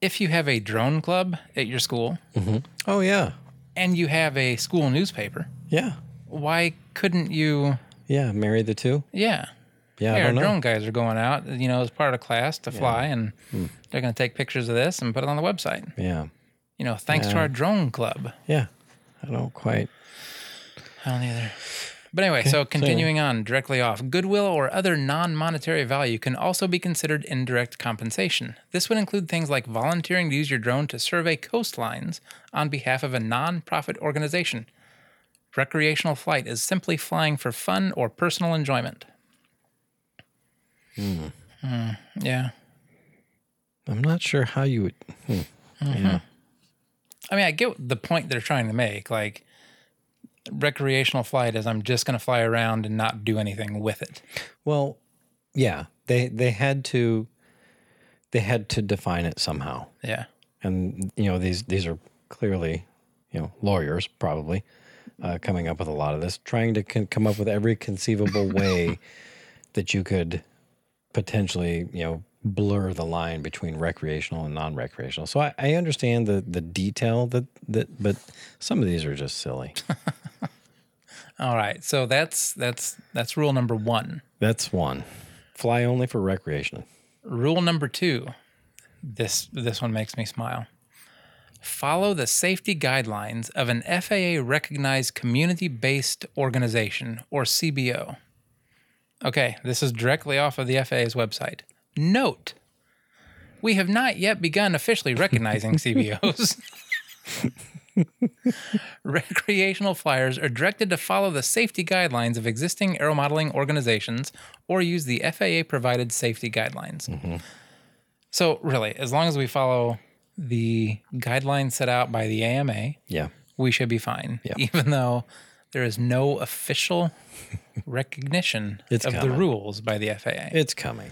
Speaker 1: if you have a drone club at your school
Speaker 2: that. Oh yeah,
Speaker 1: and you have a school newspaper,
Speaker 2: yeah,
Speaker 1: why couldn't you?
Speaker 2: yeah. Marry the two.
Speaker 1: Yeah.
Speaker 2: Yeah,
Speaker 1: Hey,
Speaker 2: I
Speaker 1: our
Speaker 2: don't know.
Speaker 1: drone guys are going out, you know, as part of class to fly, and
Speaker 2: Hmm.
Speaker 1: they're going to take pictures of this and put it on the website.
Speaker 2: Yeah,
Speaker 1: You know, thanks to our drone club.
Speaker 2: yeah. I don't quite.
Speaker 1: I don't either. But anyway, so continuing on directly off, goodwill or other non monetary value can also be considered indirect compensation. This would include things like volunteering to use your drone to survey coastlines on behalf of a non profit organization. Recreational flight is simply flying for fun or personal enjoyment. Hmm, yeah.
Speaker 2: I'm not sure how you would. hmm. Yeah,
Speaker 1: I mean, I get the point they're trying to make. Like, recreational flight is I'm just going to fly around and not do anything with it.
Speaker 2: Well, yeah. They they had to. They had to define it somehow.
Speaker 1: Yeah.
Speaker 2: and you know these these are clearly you know lawyers probably uh, coming up with a lot of this trying to con- come up with every conceivable way that you could potentially, you know, blur the line between recreational and non-recreational. So I, I understand the the detail that that, but some of these are just silly.
Speaker 1: All right. So that's that's that's rule number 1.
Speaker 2: That's one. Fly only for recreational.
Speaker 1: Rule number 2. This this one makes me smile. Follow the safety guidelines of an FAA recognized community-based organization or CBO. Okay, this is directly off of the FAA's website. Note: We have not yet begun officially recognizing CBOs. Recreational flyers are directed to follow the safety guidelines of existing aeromodeling organizations or use the FAA provided safety guidelines. So, really, as long as we follow the guidelines set out by the AMA,
Speaker 2: Yeah.
Speaker 1: we should be fine,
Speaker 2: Yeah.
Speaker 1: even though there is no official recognition
Speaker 2: It's
Speaker 1: of the
Speaker 2: coming.
Speaker 1: rules by the FAA.
Speaker 2: It's coming.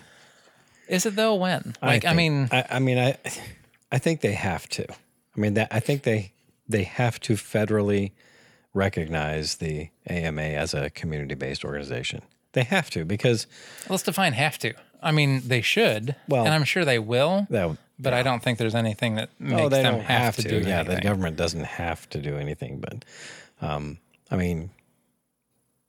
Speaker 1: Is it though? When? Like, I,
Speaker 2: think-
Speaker 1: mean,
Speaker 2: I, I mean, I, I think they have to. I mean, that I think they they have to federally recognize the AMA as a community-based organization. They have to because
Speaker 1: let's define have to. I mean, they should,
Speaker 2: Well-
Speaker 1: and I'm sure they will.
Speaker 2: that.
Speaker 1: But I don't think there's anything that makes
Speaker 2: Oh, they
Speaker 1: them
Speaker 2: don't have, to.
Speaker 1: do
Speaker 2: yeah, the
Speaker 1: anything.
Speaker 2: government doesn't have to do anything, but, um, I mean,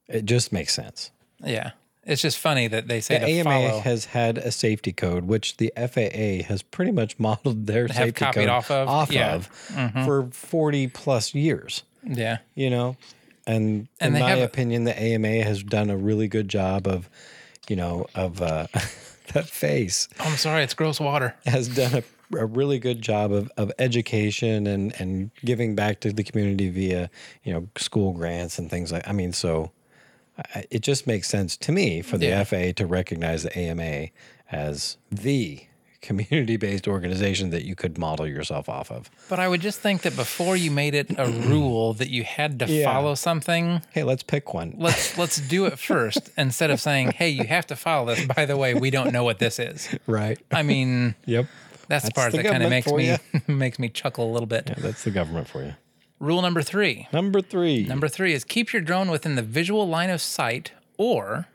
Speaker 2: it just makes sense.
Speaker 1: yeah. It's just funny that they say
Speaker 2: The
Speaker 1: to
Speaker 2: AMA
Speaker 1: follow.
Speaker 2: has had a safety code, which the FAA has pretty much modeled their safety
Speaker 1: copied
Speaker 2: code
Speaker 1: off of? Yeah. Mm-hmm.
Speaker 2: of for forty plus years.
Speaker 1: yeah,
Speaker 2: you know and,
Speaker 1: And
Speaker 2: in
Speaker 1: they
Speaker 2: my
Speaker 1: have a-
Speaker 2: opinion the ama has done a really good job of you know of uh, that face
Speaker 1: oh, I'm sorry, it's gross water.
Speaker 2: has done a, a really good job of, of education and and giving back to the community via you know school grants and things like i mean so I, it just makes sense to me for the
Speaker 1: Yeah.
Speaker 2: faa to recognize the ama as the community-based organization that you could model yourself off of
Speaker 1: But I would just think that before you made it a rule that you had to
Speaker 2: Yeah.
Speaker 1: follow something,
Speaker 2: hey let's pick one
Speaker 1: let's let's do it first instead of saying, "Hey, you have to follow this." By the way, we don't know what this is.
Speaker 2: right
Speaker 1: I mean,
Speaker 2: yep
Speaker 1: that's, the
Speaker 2: That's
Speaker 1: part
Speaker 2: the
Speaker 1: that kind of
Speaker 2: government
Speaker 1: makes
Speaker 2: for
Speaker 1: me
Speaker 2: ya.
Speaker 1: makes me chuckle a little bit.
Speaker 2: that's the government for you
Speaker 1: Rule number 3.
Speaker 2: number three
Speaker 1: Number 3 is keep your drone within the visual line of sight or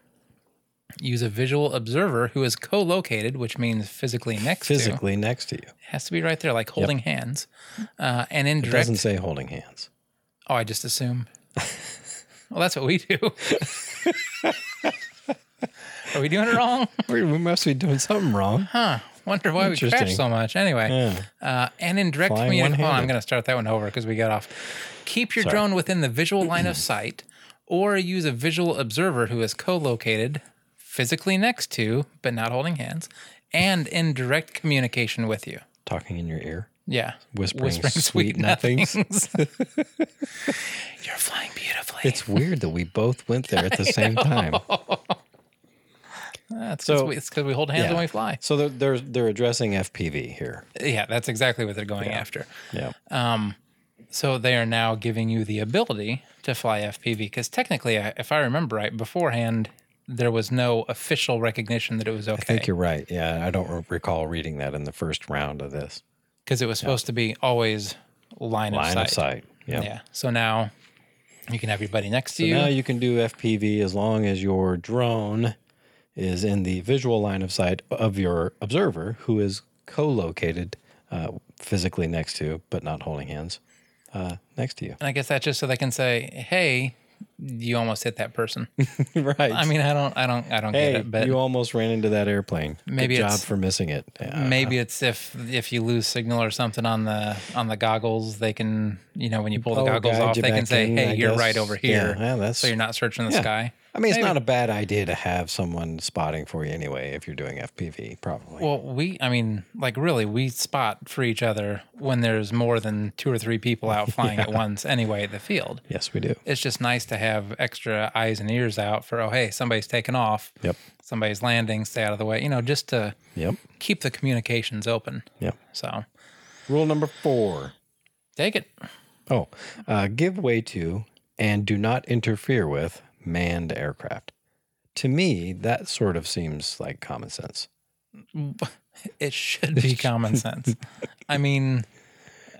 Speaker 1: use a visual observer who is co-located, which means physically next to.
Speaker 2: physically next to you.
Speaker 1: It has to be right there like holding hands. Uh, and in direct
Speaker 2: Doesn't say holding hands.
Speaker 1: Oh, I just assume. well, that's what we do. Are we doing it wrong?
Speaker 2: We we must be doing something wrong.
Speaker 1: Wonder why we crash
Speaker 2: Interesting.
Speaker 1: so much. Anyway, uh, and in direct
Speaker 2: Flying
Speaker 1: communication, oh, I'm
Speaker 2: one-handed.
Speaker 1: going to start that one over because we got off. Keep your drone within the visual line of sight, or use a visual observer who is co-located physically next to, but not holding hands, and in direct communication with you.
Speaker 2: Talking in your ear,
Speaker 1: Yeah,
Speaker 2: whispering, sweet, nothings.
Speaker 1: You're flying beautifully.
Speaker 2: It's weird that we both went there at the same time.
Speaker 1: That's because
Speaker 2: So-
Speaker 1: we, it's 'cause we hold hands when we fly.
Speaker 2: So they're, they're they're addressing FPV here.
Speaker 1: Yeah, that's exactly what they're going after.
Speaker 2: Yeah.
Speaker 1: So they are now giving you the ability to fly FPV because technically, I- if I remember right, beforehand there was no official recognition that it was
Speaker 2: I think
Speaker 1: okay
Speaker 2: you're right. Yeah, I don't re- recall reading that in the first round of this
Speaker 1: because it was supposed to be always line, of
Speaker 2: line
Speaker 1: sight.
Speaker 2: of sight. Yeah.
Speaker 1: Yeah. So now you can have your buddy next to you.
Speaker 2: Now you can do FPV as long as your drone is in the visual line of sight of your observer, who is co-located uh, physically next to, but not holding hands, uh, next to you.
Speaker 1: and I guess that's just so they can say, "Hey, you almost hit that person."
Speaker 2: right.
Speaker 1: I mean, I don't, I don't, I don't
Speaker 2: hey,
Speaker 1: get it. But
Speaker 2: you almost ran into that airplane.
Speaker 1: Maybe
Speaker 2: Good job
Speaker 1: it's-
Speaker 2: for missing it. Yeah.
Speaker 1: Maybe it's if if you lose signal or something on the on the goggles, they can you know when you pull the
Speaker 2: Oh,
Speaker 1: goggles
Speaker 2: guide
Speaker 1: off,
Speaker 2: you
Speaker 1: they can
Speaker 2: back
Speaker 1: say,
Speaker 2: in,
Speaker 1: "Hey,
Speaker 2: I
Speaker 1: you're
Speaker 2: guess.
Speaker 1: right over
Speaker 2: Yeah,
Speaker 1: here,"
Speaker 2: yeah, that's-
Speaker 1: so you're not searching the
Speaker 2: Yeah.
Speaker 1: sky.
Speaker 2: I mean, it's
Speaker 1: Maybe.
Speaker 2: not a bad idea to have someone spotting for you anyway if you're doing FPV. Probably.
Speaker 1: Well, we, I mean, like really, we spot for each other when there's more than two or three people out flying at once anyway at the field.
Speaker 2: yes, we do.
Speaker 1: It's just nice to have extra eyes and ears out for, oh, hey, somebody's taking off.
Speaker 2: Yep.
Speaker 1: Somebody's landing, stay out of the way, you know, just to
Speaker 2: Yep.
Speaker 1: keep the communications open.
Speaker 2: Yep.
Speaker 1: So
Speaker 2: Rule number four.
Speaker 1: take it.
Speaker 2: Oh, uh, give way to and do not interfere with manned aircraft. To me, that sort of seems like common sense.
Speaker 1: It should be common sense. I mean,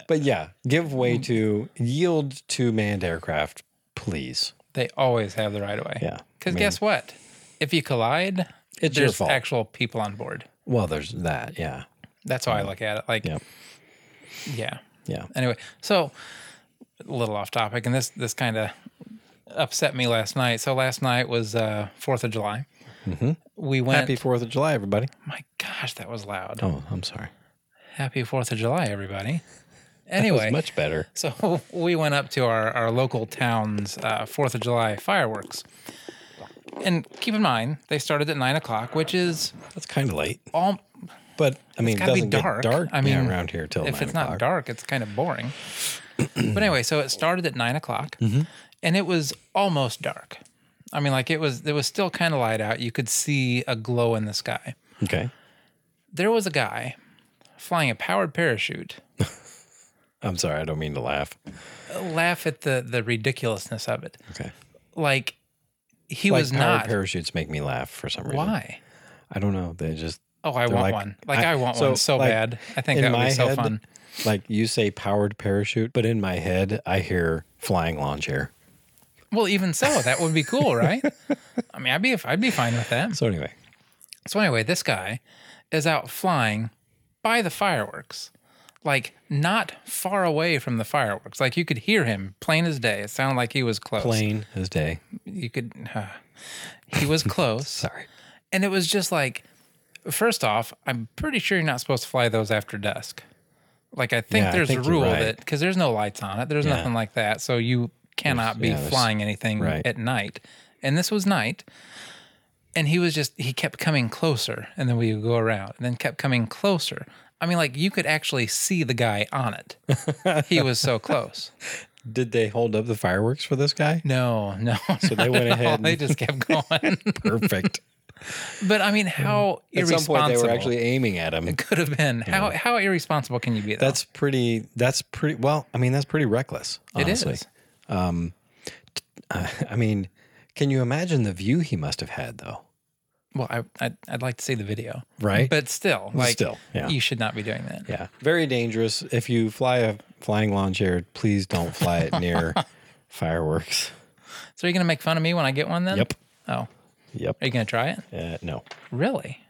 Speaker 2: But yeah, give way
Speaker 1: Mm.
Speaker 2: to, yield to manned aircraft, please.
Speaker 1: They always have the right of way.
Speaker 2: Yeah.
Speaker 1: Because
Speaker 2: I mean,
Speaker 1: guess what? if you collide,
Speaker 2: It's your
Speaker 1: there's
Speaker 2: fault.
Speaker 1: actual people on board.
Speaker 2: well, there's that. Yeah.
Speaker 1: That's how I look at it. Like,
Speaker 2: Yep.
Speaker 1: yeah.
Speaker 2: Yeah.
Speaker 1: Anyway, so a little off topic, and this this kind of upset me last night. So last night was uh Fourth of July. We went.
Speaker 2: Mm-hmm. Happy 4th of July, everybody.
Speaker 1: my gosh, that was loud.
Speaker 2: Oh, I'm sorry.
Speaker 1: Happy Fourth of July, everybody.
Speaker 2: That was
Speaker 1: Anyway,
Speaker 2: much better.
Speaker 1: so we went up to our, our local town's uh, Fourth of July fireworks. And keep in mind, they started at nine o'clock, which is
Speaker 2: That's kind of late.
Speaker 1: all.
Speaker 2: But I mean, it
Speaker 1: gotta be
Speaker 2: doesn't
Speaker 1: dark.
Speaker 2: dark. get dark
Speaker 1: I mean,
Speaker 2: yeah, around here till
Speaker 1: If
Speaker 2: 9
Speaker 1: it's
Speaker 2: o'clock.
Speaker 1: not dark, it's kind of boring. but anyway, so it started at nine o'clock,
Speaker 2: Mm-hmm.
Speaker 1: and it was almost dark. I mean, like it was. There was still kind of light out. You could see a glow in the sky.
Speaker 2: Okay.
Speaker 1: There was a guy flying a powered parachute.
Speaker 2: I'm sorry. I don't mean to laugh.
Speaker 1: Laugh at the the ridiculousness of it.
Speaker 2: Okay.
Speaker 1: Like he
Speaker 2: Like
Speaker 1: was
Speaker 2: powered
Speaker 1: not.
Speaker 2: parachutes make me laugh for some reason.
Speaker 1: Why?
Speaker 2: I don't know. They just
Speaker 1: Oh, I want
Speaker 2: like-
Speaker 1: one. Like I,
Speaker 2: I-
Speaker 1: want
Speaker 2: so,
Speaker 1: one so
Speaker 2: like,
Speaker 1: bad. I think
Speaker 2: in
Speaker 1: that would
Speaker 2: my
Speaker 1: be so
Speaker 2: head-
Speaker 1: fun.
Speaker 2: like you say powered parachute, but in my head I hear flying lawn chair.
Speaker 1: Well, even so, that would be cool, right? I mean, I'd be I'd be fine with that.
Speaker 2: So anyway,
Speaker 1: So anyway, this guy is out flying by the fireworks, like not far away from the fireworks. Like you could hear him plain as day. It sounded like he was close.
Speaker 2: plain as day.
Speaker 1: You could. Uh, he was close,
Speaker 2: Sorry.
Speaker 1: and it was just like. First off, I'm pretty sure you're not supposed to fly those after dusk. Like I think
Speaker 2: Yeah, I
Speaker 1: there's
Speaker 2: think
Speaker 1: a
Speaker 2: you're
Speaker 1: rule
Speaker 2: right.
Speaker 1: that because there's no lights on it, there's
Speaker 2: Yeah.
Speaker 1: nothing like that, so you cannot be
Speaker 2: yeah, there's-
Speaker 1: flying anything
Speaker 2: right.
Speaker 1: at night. And this was night, and he was just he kept coming closer, and then we would go around, and then kept coming closer. I mean, like you could actually see the guy on it. he was so close.
Speaker 2: Did they hold up the fireworks for this guy?
Speaker 1: No, no. So
Speaker 2: they went ahead and-
Speaker 1: They just kept going.
Speaker 2: Perfect.
Speaker 1: but I mean, how
Speaker 2: Mm. At
Speaker 1: irresponsible
Speaker 2: some point they were actually aiming at him.
Speaker 1: could have been. How how irresponsible can you be? Though?
Speaker 2: That's pretty that's pretty well, I mean that's pretty reckless,
Speaker 1: It
Speaker 2: honestly.
Speaker 1: is.
Speaker 2: Uh, I mean, can you imagine the view he must have had though?
Speaker 1: Well, I I'd, I'd like to see the video,
Speaker 2: Right?
Speaker 1: But still, like,
Speaker 2: Still, yeah.
Speaker 1: you should not be doing that.
Speaker 2: Yeah, very dangerous. If you fly a flying lawn chair, please don't fly it near fireworks.
Speaker 1: So, are you gonna make fun of me when I get one then?
Speaker 2: Yep.
Speaker 1: Oh, are
Speaker 2: Yep.
Speaker 1: you gonna try it?
Speaker 2: Uh, no.
Speaker 1: Really?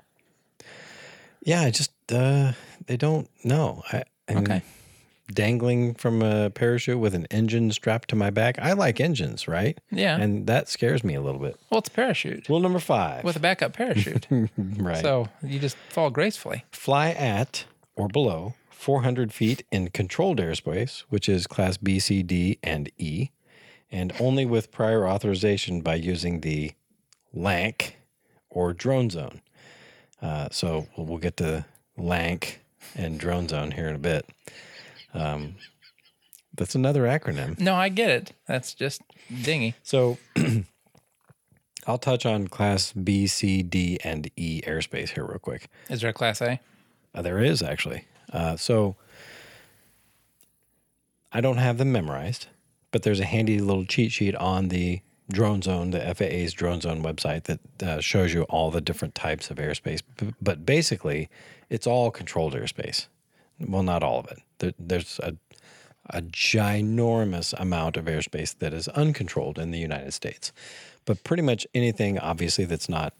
Speaker 2: Yeah, I just uh, they don't know. I, I mean,
Speaker 1: Okay.
Speaker 2: Dangling from a parachute with an engine strapped to my back. I like engines, right?
Speaker 1: Yeah.
Speaker 2: And that scares me a little bit.
Speaker 1: well, it's a parachute
Speaker 2: Rule number five.
Speaker 1: with a backup parachute,
Speaker 2: right.
Speaker 1: so you just fall gracefully.
Speaker 2: fly at or below 400 feet in controlled airspace, which is class B, C, D, and E, and only with prior authorization by using the LANC or drone zone. Uh, so we'll we'll get to LANC and drone zone here in a bit. Um, that's another acronym.
Speaker 1: No, I get it. That's just dingy.
Speaker 2: So I'll touch on class B, C, D, and E airspace here real quick.
Speaker 1: Is there a class A?
Speaker 2: Uh, there is actually. Uh, so I don't have them memorized, but there's a handy little cheat sheet on the drone zone, the FAA's drone zone website that uh, shows you all the different types of airspace. B- but basically, it's all controlled airspace. Well, not all of it. There, there's a a ginormous amount of airspace that is uncontrolled in the United States. But pretty much anything, obviously, that's not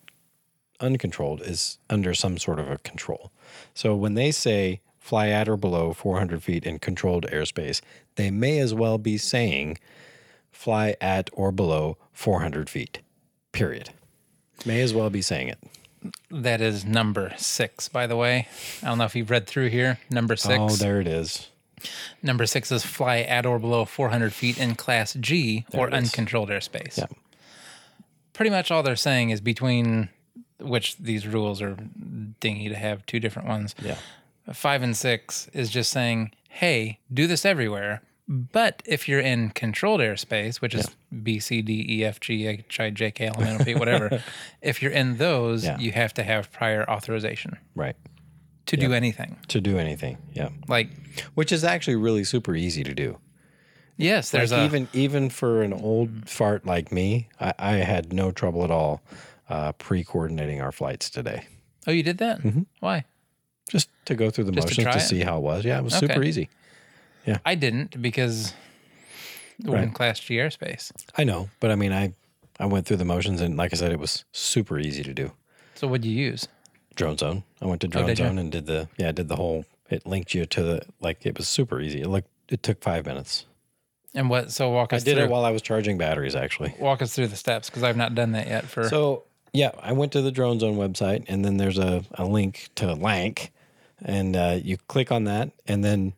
Speaker 2: uncontrolled is under some sort of a control. So when they say fly at or below 400 feet in controlled airspace, they may as well be saying fly at or below 400 feet, period. May as well be saying it.
Speaker 1: That is number six, by the way. I don't know if you've read through here. Number six.
Speaker 2: Oh, there it is.
Speaker 1: Number six is fly at or below 400 feet in Class G or
Speaker 2: it is.
Speaker 1: uncontrolled airspace.
Speaker 2: Yeah.
Speaker 1: Pretty much all they're saying is between which these rules are dingy to have two different ones.
Speaker 2: Yeah.
Speaker 1: Five and six is just saying, hey, do this everywhere. But if you're in controlled airspace, which is B, C, D, E, F, G, H, I, J, K, L, M, N, O, P, whatever, if you're in those,
Speaker 2: Yeah.
Speaker 1: you have to have prior authorization
Speaker 2: Right.
Speaker 1: to do anything.
Speaker 2: To do anything. Yeah.
Speaker 1: Like,
Speaker 2: Which is actually really super easy to do.
Speaker 1: yes, there's
Speaker 2: Like,
Speaker 1: a.
Speaker 2: even even for an old fart like me, I, I had no trouble at all uh, pre-coordinating our flights today.
Speaker 1: oh, you did that?
Speaker 2: Mm-hmm.
Speaker 1: Why?
Speaker 2: just to go through the
Speaker 1: to
Speaker 2: motions to,
Speaker 1: try it?
Speaker 2: see how it was. Yeah, it was
Speaker 1: Okay.
Speaker 2: super easy.
Speaker 1: I didn't because we're in
Speaker 2: Right.
Speaker 1: Class G airspace.
Speaker 2: I know, but I mean, I I went through the motions, and like I said, it was super easy to do.
Speaker 1: So what'd you use?
Speaker 2: Drone Zone. I went to Drone
Speaker 1: Oh, did you?
Speaker 2: Zone and did the yeah, I did the whole. It linked you to the like. It was super easy. It like it took five minutes.
Speaker 1: And what? So walk
Speaker 2: I
Speaker 1: us
Speaker 2: did
Speaker 1: through.
Speaker 2: it while I was charging batteries, actually.
Speaker 1: walk us through the steps because I've not done that yet. For
Speaker 2: So yeah, I went to the Drone Zone website, and then there's a, a link to Lank, and uh, you click on that, and then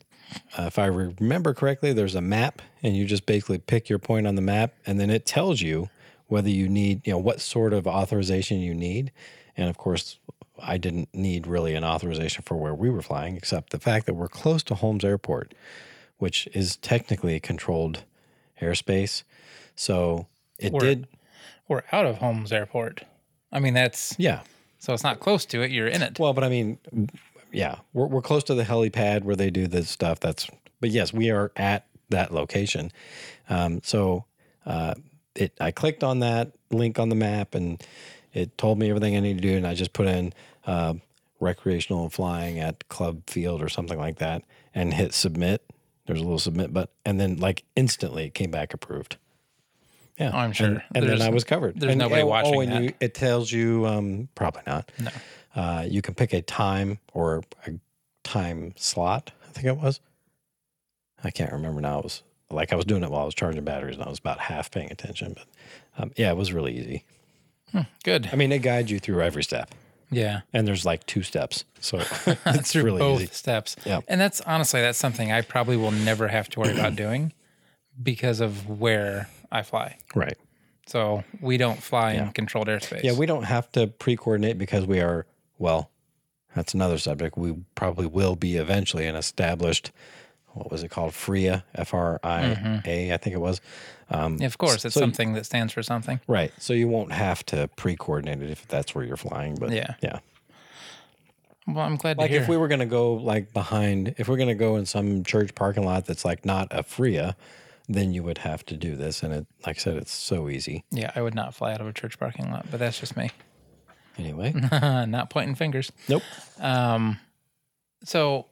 Speaker 2: uh, if I remember correctly, there's a map, and you just basically pick your point on the map, and then it tells you whether you need, you know, what sort of authorization you need, and of course. I didn't need really an authorization for where we were flying, except the fact that we're close to Holmes Airport, which is technically controlled airspace. So it
Speaker 1: Or-
Speaker 2: did,
Speaker 1: we're out of Holmes Airport. I mean, that's
Speaker 2: yeah.
Speaker 1: so it's not close to it. You're in it.
Speaker 2: Well, but I mean, yeah, we're, we're close to the helipad where they do this stuff. That's, but yes, we are at that location. Um, so uh, it, I clicked on that link on the map and it told me everything I need to do. And I just put in uh, recreational flying at club field or something like that and hit submit. There's a little submit button. And then, like, instantly it came back approved. Yeah.
Speaker 1: Oh, I'm sure.
Speaker 2: And, and then
Speaker 1: There's-
Speaker 2: I was covered.
Speaker 1: there's
Speaker 2: And-
Speaker 1: nobody
Speaker 2: oh,
Speaker 1: watching
Speaker 2: Oh, and
Speaker 1: that.
Speaker 2: you, it tells you, um, probably not.
Speaker 1: No.
Speaker 2: Uh, you can pick a time or a time slot. I think it was. I can't remember now. It was like I was doing it while I was charging batteries, and I was about half paying attention. But um, yeah, it was really easy.
Speaker 1: Good.
Speaker 2: I mean, it guides you through every step,
Speaker 1: Yeah.
Speaker 2: and there's like two steps, so it's
Speaker 1: through
Speaker 2: really
Speaker 1: both
Speaker 2: easy.
Speaker 1: steps.
Speaker 2: Yeah.
Speaker 1: And that's honestly that's something I probably will never have to worry about doing because of where I fly.
Speaker 2: Right.
Speaker 1: So we don't fly in controlled airspace.
Speaker 2: Yeah, we don't have to pre-coordinate because we are well. That's another subject. We probably will be eventually an established. What was it called? FRIA, F R I A, I think it was. Um,
Speaker 1: of course, it's
Speaker 2: so-
Speaker 1: something that stands for something.
Speaker 2: Right. So you won't have to pre-coordinate it if that's where you're flying. But
Speaker 1: Yeah.
Speaker 2: yeah.
Speaker 1: Well, I'm glad
Speaker 2: Like
Speaker 1: to hear.
Speaker 2: if we were gonna go like behind, if we're gonna go in some church parking lot that's like not a Fria, then you would have to do this. And it, like I said, it's so easy.
Speaker 1: yeah, I would not fly out of a church parking lot, but that's just me.
Speaker 2: Anyway.
Speaker 1: not pointing fingers.
Speaker 2: nope.
Speaker 1: Um, so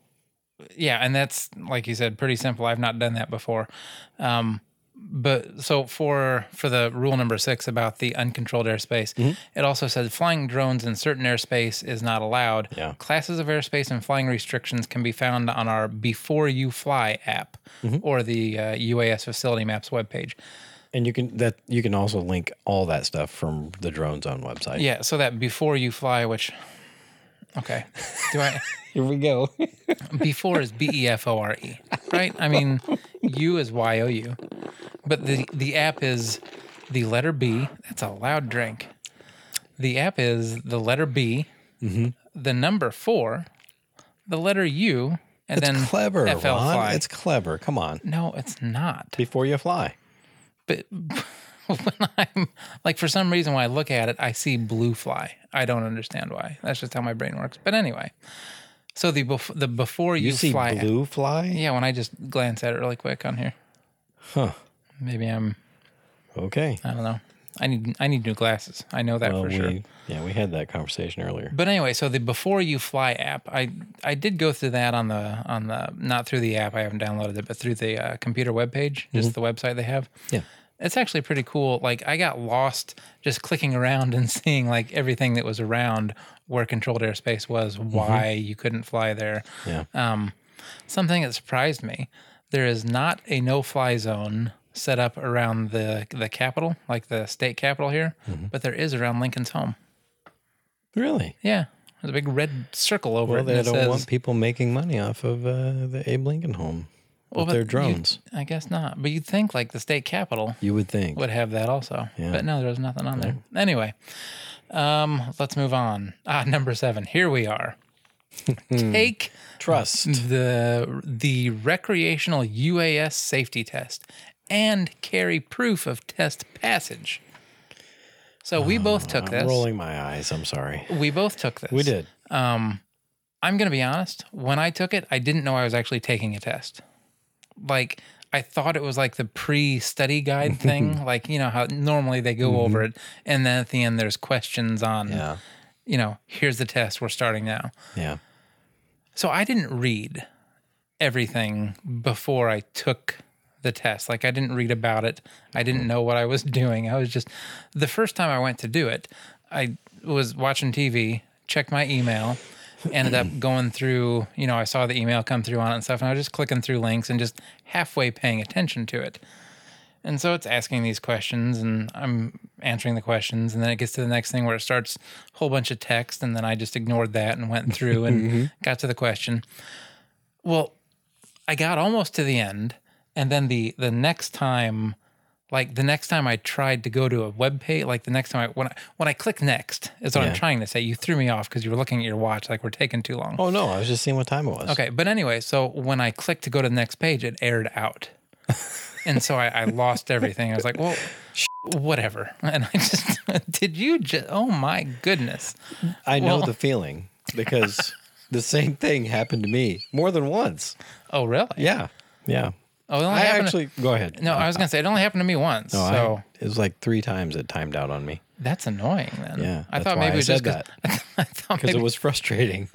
Speaker 1: yeah, and that's like you said, pretty simple. I've not done that before. Um, but so for for the rule number six about the uncontrolled airspace, it also says flying drones in certain airspace is not allowed.
Speaker 2: Yeah.
Speaker 1: Classes of airspace and flying restrictions can be found on our Before You Fly app or the uh, UAS Facility Maps webpage.
Speaker 2: And you can that you can also link all that stuff from the drone zone website.
Speaker 1: Yeah, so that Before You Fly, which okay, do I?
Speaker 2: Here we go.
Speaker 1: Before is B E F O R E, right? I mean, U is Y O U, but the the app is the letter B. That's a loud drink. The app is the letter B,
Speaker 2: Mm-hmm.
Speaker 1: the number four, the letter U, and
Speaker 2: It's
Speaker 1: then
Speaker 2: clever,
Speaker 1: FL
Speaker 2: Ron.
Speaker 1: fly.
Speaker 2: It's clever. Come on.
Speaker 1: no, it's not.
Speaker 2: Before you fly.
Speaker 1: But when I'm like, for some reason, when I look at it, I see blue fly. I don't understand why. That's just how my brain works. But anyway, so the bef- the before you,
Speaker 2: You, see
Speaker 1: fly app-
Speaker 2: blue fly?
Speaker 1: Yeah, when I just glance at it really quick on here.
Speaker 2: Huh.
Speaker 1: Maybe I'm
Speaker 2: Okay.
Speaker 1: I don't know. I need I need new glasses. I know that
Speaker 2: Well,
Speaker 1: for sure.
Speaker 2: we- Yeah, we had that conversation earlier.
Speaker 1: But anyway, so the before you fly app, I I did go through that on the on the not through the app. I haven't downloaded it, but through the uh, computer webpage, just the website they have.
Speaker 2: Mm-hmm. Yeah.
Speaker 1: It's actually pretty cool. Like I got lost just clicking around and seeing like everything that was around where controlled airspace was,
Speaker 2: Mm-hmm.
Speaker 1: why you couldn't fly there.
Speaker 2: Yeah.
Speaker 1: Um, something that surprised me: there is not a no-fly zone set up around the the capital, like the state capital here,
Speaker 2: Mm-hmm.
Speaker 1: but there is around Lincoln's home.
Speaker 2: Really?
Speaker 1: Yeah, there's a big red circle over
Speaker 2: Well,
Speaker 1: it. and
Speaker 2: they
Speaker 1: it
Speaker 2: don't
Speaker 1: says,
Speaker 2: want people making money off of uh, the Abe Lincoln home
Speaker 1: Well,
Speaker 2: with their
Speaker 1: but you-
Speaker 2: drones.
Speaker 1: I guess not, but you'd think like the state capital
Speaker 2: You, would think.
Speaker 1: would have that also,
Speaker 2: Yeah. Mm-hmm.
Speaker 1: but no, there's nothing on there. Anyway, um, let's move on. Ah, number seven. Here we are. Take
Speaker 2: Trust.
Speaker 1: the the recreational UAS safety test and carry proof of test passage. So we both took
Speaker 2: Oh, I'm
Speaker 1: this.
Speaker 2: rolling my eyes. I'm sorry.
Speaker 1: We both took this.
Speaker 2: We did.
Speaker 1: Um, I'm going to be honest. When I took it, I didn't know I was actually taking a test. Like, I thought it was like the pre study guide thing. like, you know, how normally they go over it. And then at the end, there's questions on,
Speaker 2: Mm-hmm. Yeah.
Speaker 1: you know, here's the test. We're starting now.
Speaker 2: Yeah.
Speaker 1: So I didn't read everything before I took the test. Like I didn't read about it. I didn't know what I was doing. I was just the first time I went to do it, I was watching TV, checked my email, ended up going through, you know, I saw the email come through on it and stuff, and I was just clicking through links and just halfway paying attention to it. And so it's asking these questions, and I'm answering the questions, and then it gets to the next thing where it starts a whole bunch of text, and then I just ignored that and went through and got to the question. Well, I got almost to the end, and then the the next time, like the next time I tried to go to a web page, like the next time I when I when I click next is what
Speaker 2: Yeah.
Speaker 1: I'm trying to say. You threw me off because you were looking at your watch, like we're taking too long.
Speaker 2: Oh no, I was just seeing what time it was.
Speaker 1: Okay, but anyway, so when I clicked to go to the next page, it aired out, and so I, I lost everything. I was like, well. Whatever, and I just did you just oh my goodness,
Speaker 2: I know
Speaker 1: Well-
Speaker 2: the feeling because the same thing happened to me more than once.
Speaker 1: oh really?
Speaker 2: Yeah, yeah.
Speaker 1: Oh, it only
Speaker 2: I
Speaker 1: happened
Speaker 2: actually go ahead.
Speaker 1: no, I was gonna say it only happened to me once.
Speaker 2: Oh, I-
Speaker 1: so
Speaker 2: it was like three times it timed out on me
Speaker 1: That's annoying. Then.
Speaker 2: Yeah,
Speaker 1: I
Speaker 2: that's
Speaker 1: thought
Speaker 2: why
Speaker 1: maybe
Speaker 2: I
Speaker 1: it was just
Speaker 2: said
Speaker 1: 'cause- I thought
Speaker 2: because
Speaker 1: maybe,
Speaker 2: it was frustrating.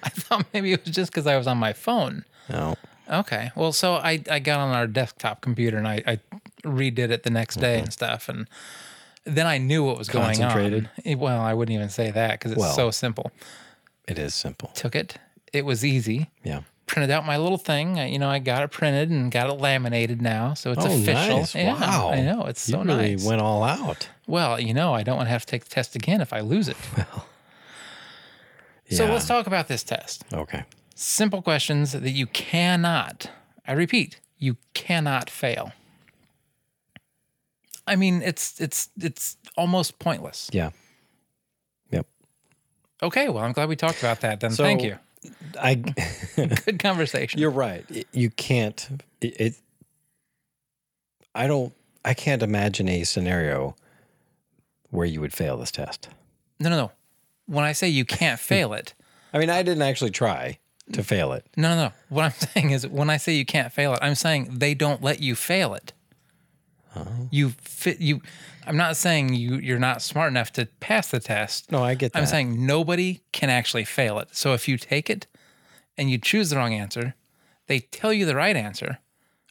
Speaker 1: I thought maybe it was just because I was on my phone.
Speaker 2: No,
Speaker 1: Okay. Well, so I, I got on our desktop computer and I, I redid it the next day and stuff, and then I knew what was going on.
Speaker 2: Concentrated?
Speaker 1: It- well, I wouldn't even say that because it's
Speaker 2: Well.
Speaker 1: so simple.
Speaker 2: it is simple.
Speaker 1: Took it. It was easy.
Speaker 2: Yeah.
Speaker 1: Printed out my little thing. I, you know, I got it printed and got it laminated now, so it's
Speaker 2: Oh,
Speaker 1: official.
Speaker 2: nice.
Speaker 1: Yeah,
Speaker 2: Wow.
Speaker 1: I know it's so
Speaker 2: you really
Speaker 1: nice.
Speaker 2: went all out.
Speaker 1: Well, you know, I don't want to have to take the test again if I lose it. So
Speaker 2: Yeah.
Speaker 1: let's talk about this test.
Speaker 2: Okay.
Speaker 1: simple questions that you cannot, I repeat, you cannot fail. I mean, it's it's it's almost pointless.
Speaker 2: Yeah. Yep.
Speaker 1: Okay, well, I'm glad we talked about that. Then thank
Speaker 2: So-
Speaker 1: you.
Speaker 2: I.
Speaker 1: Good conversation.
Speaker 2: You're right. Y- You can't. It, it. I don't. I can't imagine a scenario where you would fail this test.
Speaker 1: no, no, no. When I say you can't fail it,
Speaker 2: I mean, I didn't actually try to fail it.
Speaker 1: no, no, no. What I'm saying is, when I say you can't fail it, I'm saying they don't let you fail it.
Speaker 2: Oh.
Speaker 1: You fit you. I'm not saying you you're not smart enough to pass the test.
Speaker 2: No, I get that.
Speaker 1: I'm saying nobody can actually fail it. So if you take it and you choose the wrong answer, they tell you the right answer,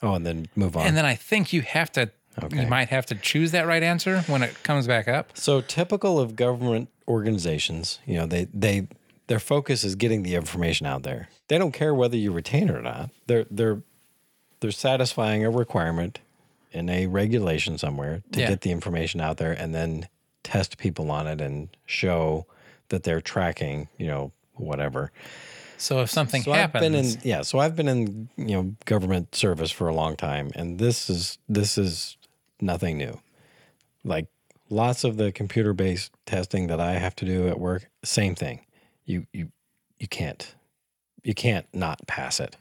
Speaker 2: oh, and then move on.
Speaker 1: and then I think you have to
Speaker 2: Okay.
Speaker 1: you might have to choose that right answer when it comes back up.
Speaker 2: so typical of government organizations, you know, they they their focus is getting the information out there. They don't care whether you retain it or not. They're they're they're satisfying a requirement in a regulation somewhere to
Speaker 1: Yeah.
Speaker 2: get the information out there and then test people on it and show that they're tracking, you know, whatever.
Speaker 1: So if something
Speaker 2: So
Speaker 1: happens,
Speaker 2: I've been in yeah, so I've been in, you know, government service for a long time and this is this is nothing new. Like lots of the computer-based testing that I have to do at work, same thing. You you you can't you can't not pass it.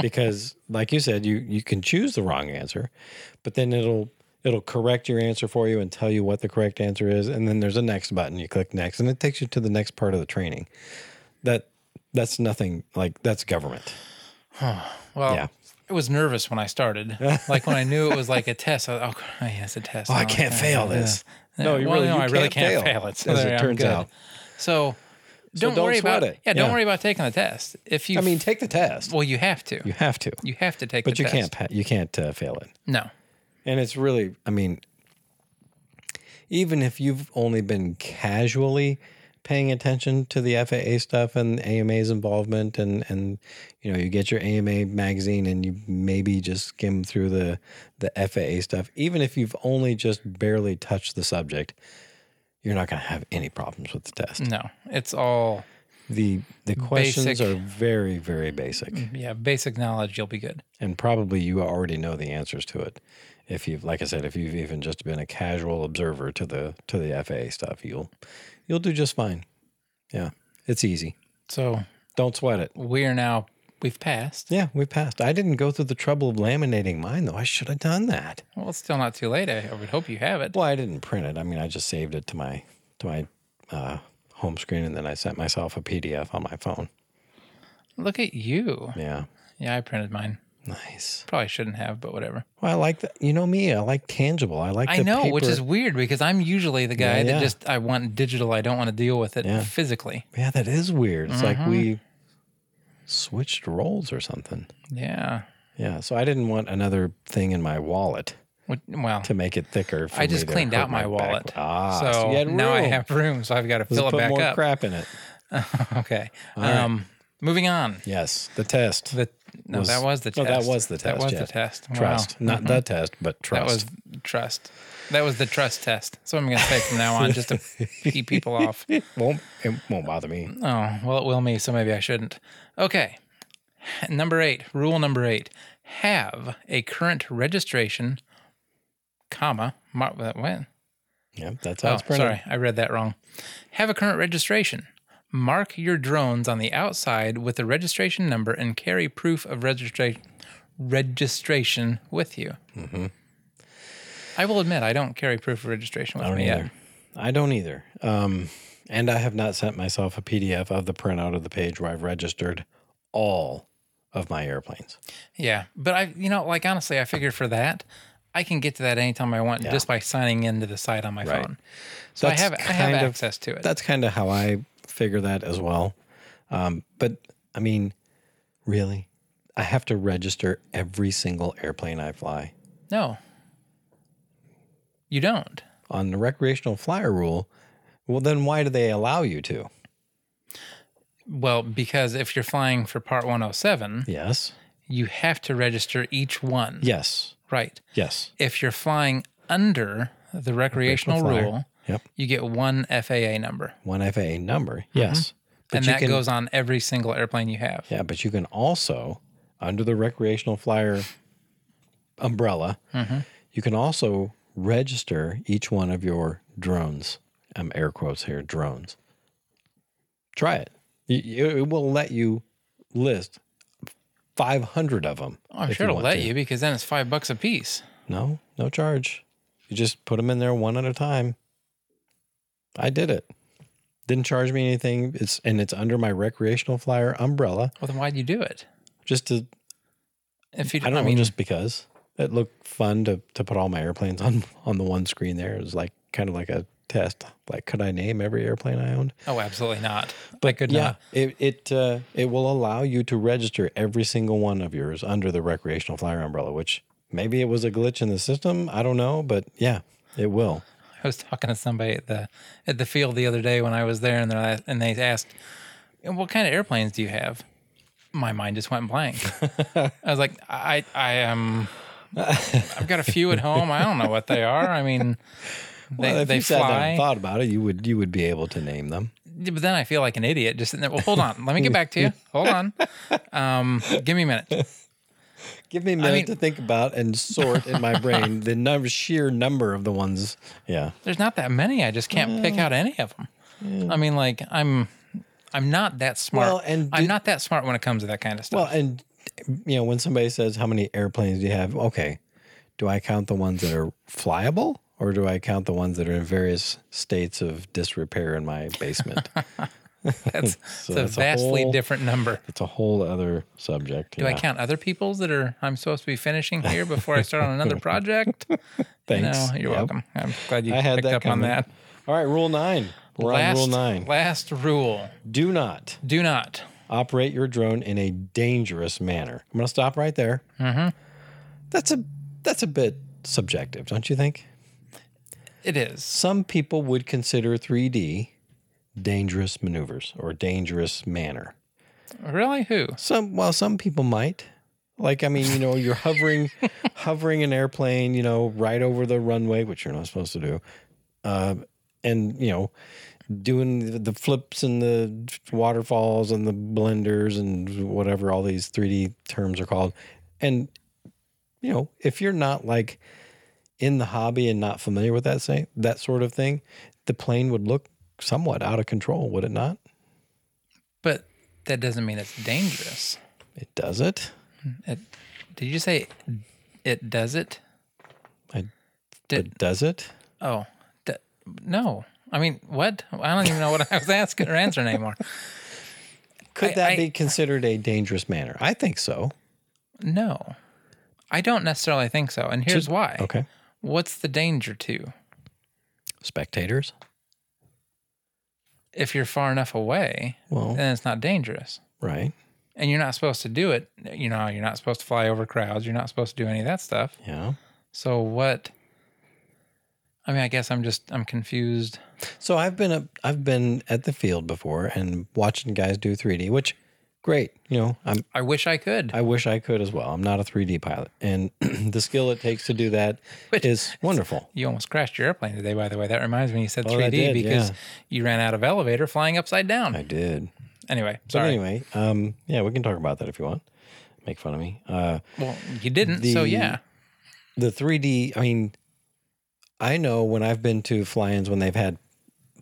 Speaker 2: because like you said, you you can choose the wrong answer, but then it'll it'll correct your answer for you and tell you what the correct answer is and then there's a next button, you click next and it takes you to the next part of the training. That that's nothing like that's government.
Speaker 1: well,
Speaker 2: yeah.
Speaker 1: I was nervous when I started. like when I knew it was like a test, I was, oh, yeah, it's a test.
Speaker 2: Oh, I
Speaker 1: No,
Speaker 2: can't fail
Speaker 1: yeah.
Speaker 2: this.
Speaker 1: Yeah.
Speaker 2: No, you
Speaker 1: Well,
Speaker 2: really-
Speaker 1: no,
Speaker 2: you
Speaker 1: I really
Speaker 2: can't
Speaker 1: can't
Speaker 2: fail,
Speaker 1: fail it. So
Speaker 2: as it
Speaker 1: there, I'm
Speaker 2: turns
Speaker 1: good.
Speaker 2: out.
Speaker 1: So don't,
Speaker 2: don't
Speaker 1: worry
Speaker 2: sweat
Speaker 1: about
Speaker 2: it.
Speaker 1: Yeah, don't
Speaker 2: Yeah.
Speaker 1: worry about taking the test. If you,
Speaker 2: I mean, take the test.
Speaker 1: well, you have to.
Speaker 2: You have to,
Speaker 1: You have to take.
Speaker 2: but
Speaker 1: the
Speaker 2: you
Speaker 1: test.
Speaker 2: can't. pa- You can't uh, fail it.
Speaker 1: No.
Speaker 2: And it's really, I mean, even if you've only been casually paying attention to the FAA stuff and AMA's involvement, and and you know, you get your AMA magazine and you maybe just skim through the the FAA stuff. Even if you've only just barely touched the subject, you're not going to have any problems with the test.
Speaker 1: No, it's all
Speaker 2: the The questions
Speaker 1: Basic. Mm-hmm.
Speaker 2: are very, very basic.
Speaker 1: yeah, basic knowledge. You'll be good.
Speaker 2: and probably you already know the answers to it if you've like i said if you've even just been a casual observer to the to the faa stuff you'll you'll do just fine yeah it's easy
Speaker 1: So
Speaker 2: don't sweat it
Speaker 1: we are now we've passed.
Speaker 2: yeah we passed i didn't go through the trouble of laminating mine though i should have done that
Speaker 1: Well, it's still not too late. I, I would hope you have it.
Speaker 2: well i didn't print it i mean i just saved it to my to my uh, home screen and then i sent myself a pdf on my phone
Speaker 1: Look at you.
Speaker 2: yeah
Speaker 1: Yeah, I printed mine.
Speaker 2: nice
Speaker 1: Probably shouldn't have, but whatever.
Speaker 2: well i like that you know me i like tangible i like
Speaker 1: I
Speaker 2: the
Speaker 1: know, which is
Speaker 2: paper.
Speaker 1: weird because I'm usually the guy
Speaker 2: Yeah,
Speaker 1: that
Speaker 2: yeah.
Speaker 1: just I want digital. I don't want to deal with it
Speaker 2: Yeah.
Speaker 1: physically.
Speaker 2: Yeah,
Speaker 1: Mm-hmm.
Speaker 2: that is weird. It's like we switched roles or something.
Speaker 1: Yeah.
Speaker 2: Yeah. So I didn't want another thing in my wallet
Speaker 1: What- Well,
Speaker 2: to make it thicker. For
Speaker 1: I just
Speaker 2: me to
Speaker 1: cleaned
Speaker 2: hurt
Speaker 1: out my
Speaker 2: back.
Speaker 1: wallet.
Speaker 2: Ah, so,
Speaker 1: so
Speaker 2: you had
Speaker 1: now I
Speaker 2: room.
Speaker 1: have room, so I've got to
Speaker 2: Let's
Speaker 1: fill it
Speaker 2: put
Speaker 1: back
Speaker 2: more
Speaker 1: up.
Speaker 2: crap in it.
Speaker 1: okay.
Speaker 2: right.
Speaker 1: Um, moving on.
Speaker 2: Yes, the test.
Speaker 1: The no,
Speaker 2: Was-
Speaker 1: that was the
Speaker 2: no,
Speaker 1: test.
Speaker 2: that was the
Speaker 1: That
Speaker 2: test,
Speaker 1: was
Speaker 2: yeah.
Speaker 1: the test. Wow.
Speaker 2: trust, not the test, but
Speaker 1: That
Speaker 2: trust.
Speaker 1: was trust. That was the trust test. So I'm going to say from now on, just to pee people off.
Speaker 2: won't it won't bother me.
Speaker 1: Oh, well, it will me, so maybe I shouldn't. Okay. Number eight, rule number eight have a current registration, comma, uh, mar- what? what?
Speaker 2: Yeah, that's how
Speaker 1: Oh,
Speaker 2: it's printed.
Speaker 1: sorry, I read that wrong. Have a current registration. Mark your drones on the outside with the registration number and carry proof of registration registration with you. I will admit I don't carry proof of registration with
Speaker 2: I don't
Speaker 1: me
Speaker 2: either. I don't either. Um, and I have not sent myself a PDF of the printout of the page where I've registered all of my airplanes.
Speaker 1: yet. Yeah, but I, you know, like honestly, I figure for that I can get to that anytime I want just by signing into the site on my
Speaker 2: Right.
Speaker 1: phone. So
Speaker 2: That's
Speaker 1: I have I have
Speaker 2: kind of-
Speaker 1: access to it.
Speaker 2: That's kind of how I figure that as well. Um, but I mean, really, I have to register every single airplane I fly.
Speaker 1: No, you don't.
Speaker 2: On the recreational flyer rule, well, then why do they allow you to?
Speaker 1: Well, because if you're flying for Part 107,
Speaker 2: Yes.
Speaker 1: you have to register each one.
Speaker 2: Yes.
Speaker 1: Right.
Speaker 2: Yes.
Speaker 1: If you're flying under the recreational
Speaker 2: flyer.
Speaker 1: rule,
Speaker 2: Yep.
Speaker 1: you get one FAA number.
Speaker 2: One FAA number. Yes. But
Speaker 1: Mm-hmm. and
Speaker 2: you
Speaker 1: that
Speaker 2: can-
Speaker 1: goes on every single airplane you have.
Speaker 2: Yeah, but you can also, under the recreational flyer umbrella,
Speaker 1: Mm-hmm.
Speaker 2: you can also register each one of your drones. I'm air quotes here, drones. Try it. Y- y- It will let you list 500 of them.
Speaker 1: Oh, I'm sure it'll let you because then it's five bucks a piece.
Speaker 2: No, no charge. You just put them in there one at a time. I did it. Didn't charge me anything. It's and it's under my recreational flyer umbrella.
Speaker 1: Well, then why'd you do it?
Speaker 2: Just to
Speaker 1: If you,
Speaker 2: I don't know, just because it looked fun to to put all my airplanes on on the one screen there. It was like kind of like a test. Like, could I name every airplane I owned?
Speaker 1: oh, absolutely not. But I could
Speaker 2: Yeah,
Speaker 1: not.
Speaker 2: it it uh, it will allow you to register every single one of yours under the recreational flyer umbrella. Which maybe it was a glitch in the system. I don't know, but yeah, it will.
Speaker 1: I was talking to somebody at the at the field the other day when I was there, and they and they asked, "What kind of airplanes do you have?" My mind just went blank. I was like, "I I am." I've got a few at home. I don't know what they are. I mean, they,
Speaker 2: Well, if
Speaker 1: they
Speaker 2: you sat down
Speaker 1: fly.
Speaker 2: and thought about it, you would you would be able to name them.
Speaker 1: Yeah, but then I feel like an idiot just sitting there. Well, hold on. Let me get back to you. Hold on. Um, give me a minute.
Speaker 2: Give me a minute
Speaker 1: mean-
Speaker 2: to think about and sort in my brain the number, sheer number of the ones. Yeah,
Speaker 1: There's not that many. I just can't pick out any of them. I mean, like I'm, I'm not that smart.
Speaker 2: Well, and
Speaker 1: I'm
Speaker 2: did-
Speaker 1: not that smart when it comes to that kind of stuff.
Speaker 2: Well, and you know, when somebody says how many airplanes do you have, okay, do I count the ones that are flyable or do I count the ones that are in various states of disrepair in my basement?
Speaker 1: That's
Speaker 2: Hmm. So
Speaker 1: it's a
Speaker 2: it's a
Speaker 1: vastly
Speaker 2: whole-
Speaker 1: different number.
Speaker 2: it's a whole other subject.
Speaker 1: Do I count other people's that are I'm supposed to be finishing here before I start on another project?
Speaker 2: Thanks.
Speaker 1: No, you're
Speaker 2: Yep.
Speaker 1: welcome. I'm glad you
Speaker 2: I had
Speaker 1: picked
Speaker 2: that
Speaker 1: up on
Speaker 2: coming.
Speaker 1: that.
Speaker 2: All right, rule nine. We're on rule nine.
Speaker 1: last rule:
Speaker 2: Do not
Speaker 1: do not.
Speaker 2: operate your drone in a dangerous manner. I'm going to stop right there.
Speaker 1: Mm-hmm.
Speaker 2: That's a that's a bit subjective, don't you think?
Speaker 1: It is.
Speaker 2: Some people would consider 3D dangerous maneuvers or dangerous manner.
Speaker 1: Really? Who?
Speaker 2: Some well, some people might. Like I mean, you know, you're hovering, hovering an airplane, you know, right over the runway, which you're not supposed to do, uh, and you know, doing the- the flips and the waterfalls and the blenders and whatever all these 3D terms are called, and you know, if you're not like in the hobby and not familiar with that say that sort of thing, the plane would look somewhat out of control, would it not?
Speaker 1: But that doesn't mean it's dangerous.
Speaker 2: It does it.
Speaker 1: It, did you say it does it?
Speaker 2: I-
Speaker 1: Did-
Speaker 2: It does it.
Speaker 1: Oh, d- no. I mean, what? I don't even know what I was asking or answering anymore.
Speaker 2: Could
Speaker 1: I-
Speaker 2: that
Speaker 1: I-
Speaker 2: be considered a dangerous manner? I think so.
Speaker 1: No, I don't necessarily think so. And here's why.
Speaker 2: Okay.
Speaker 1: What's the danger to?
Speaker 2: Spectators.
Speaker 1: If you're far enough away,
Speaker 2: Well, Oh.
Speaker 1: Uh, then it's not dangerous.
Speaker 2: right.
Speaker 1: and you're not supposed to do it. You know, you're not supposed to fly over crowds. You're not supposed to do any of that stuff.
Speaker 2: Yeah.
Speaker 1: So what? I mean, I guess I'm just I'm confused.
Speaker 2: So I've been up, I've been at the field before and watching guys do 3D, which great. You know, I'm
Speaker 1: I wish I could.
Speaker 2: I wish I could as well. I'm not a 3D pilot, and the skill it takes to do that
Speaker 1: Which-
Speaker 2: is wonderful.
Speaker 1: you almost crashed your airplane today, by the way. That reminds me, you said
Speaker 2: Oh, I
Speaker 1: 3D
Speaker 2: did,
Speaker 1: because
Speaker 2: yeah.
Speaker 1: you ran out of elevator flying upside down.
Speaker 2: I did.
Speaker 1: Anyway,
Speaker 2: But
Speaker 1: sorry.
Speaker 2: anyway, um, yeah, we can talk about that if you want. Make fun of me. Uh,
Speaker 1: well, you didn't, so
Speaker 2: the-
Speaker 1: yeah.
Speaker 2: the 3D, I mean, I know when I've been to fly ins when they've had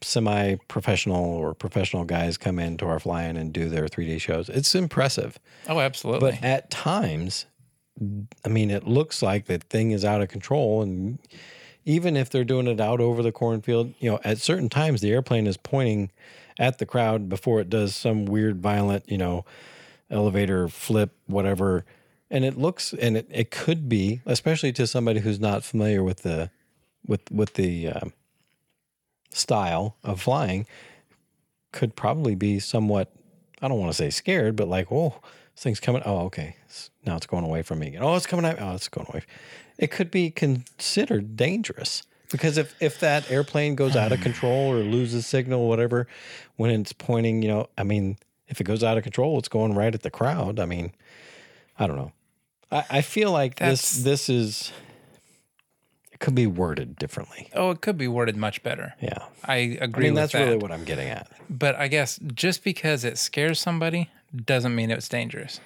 Speaker 2: semi professional or professional guys come into our fly in and do their 3D shows, it's impressive.
Speaker 1: Oh, absolutely.
Speaker 2: But at times, I mean, it looks like the thing is out of control. And even if they're doing it out over the cornfield, you know, at certain times, the airplane is pointing at the crowd before it does some weird, violent, you know, elevator flip, whatever. And it looks, and it, it could be, especially to somebody who's not familiar with the, with, with the, um, style of flying could probably be somewhat I don't want to say scared, but like, oh, this thing's coming. Oh, okay. S- Now it's going away from me again. Oh, it's coming out. Oh, it's going away. It could be considered dangerous because if, if that airplane goes out of control or loses signal, whatever, when it's pointing, you know, I mean, if it goes out of control, it's going right at the crowd. I mean, I don't know. I, I feel like
Speaker 1: That's-
Speaker 2: this this is it could be worded differently.
Speaker 1: oh, it could be worded much better.
Speaker 2: Yeah.
Speaker 1: I
Speaker 2: I
Speaker 1: agree
Speaker 2: mean,
Speaker 1: with
Speaker 2: that's
Speaker 1: that.
Speaker 2: really what I'm getting at.
Speaker 1: but I guess just because it scares somebody doesn't mean it's dangerous.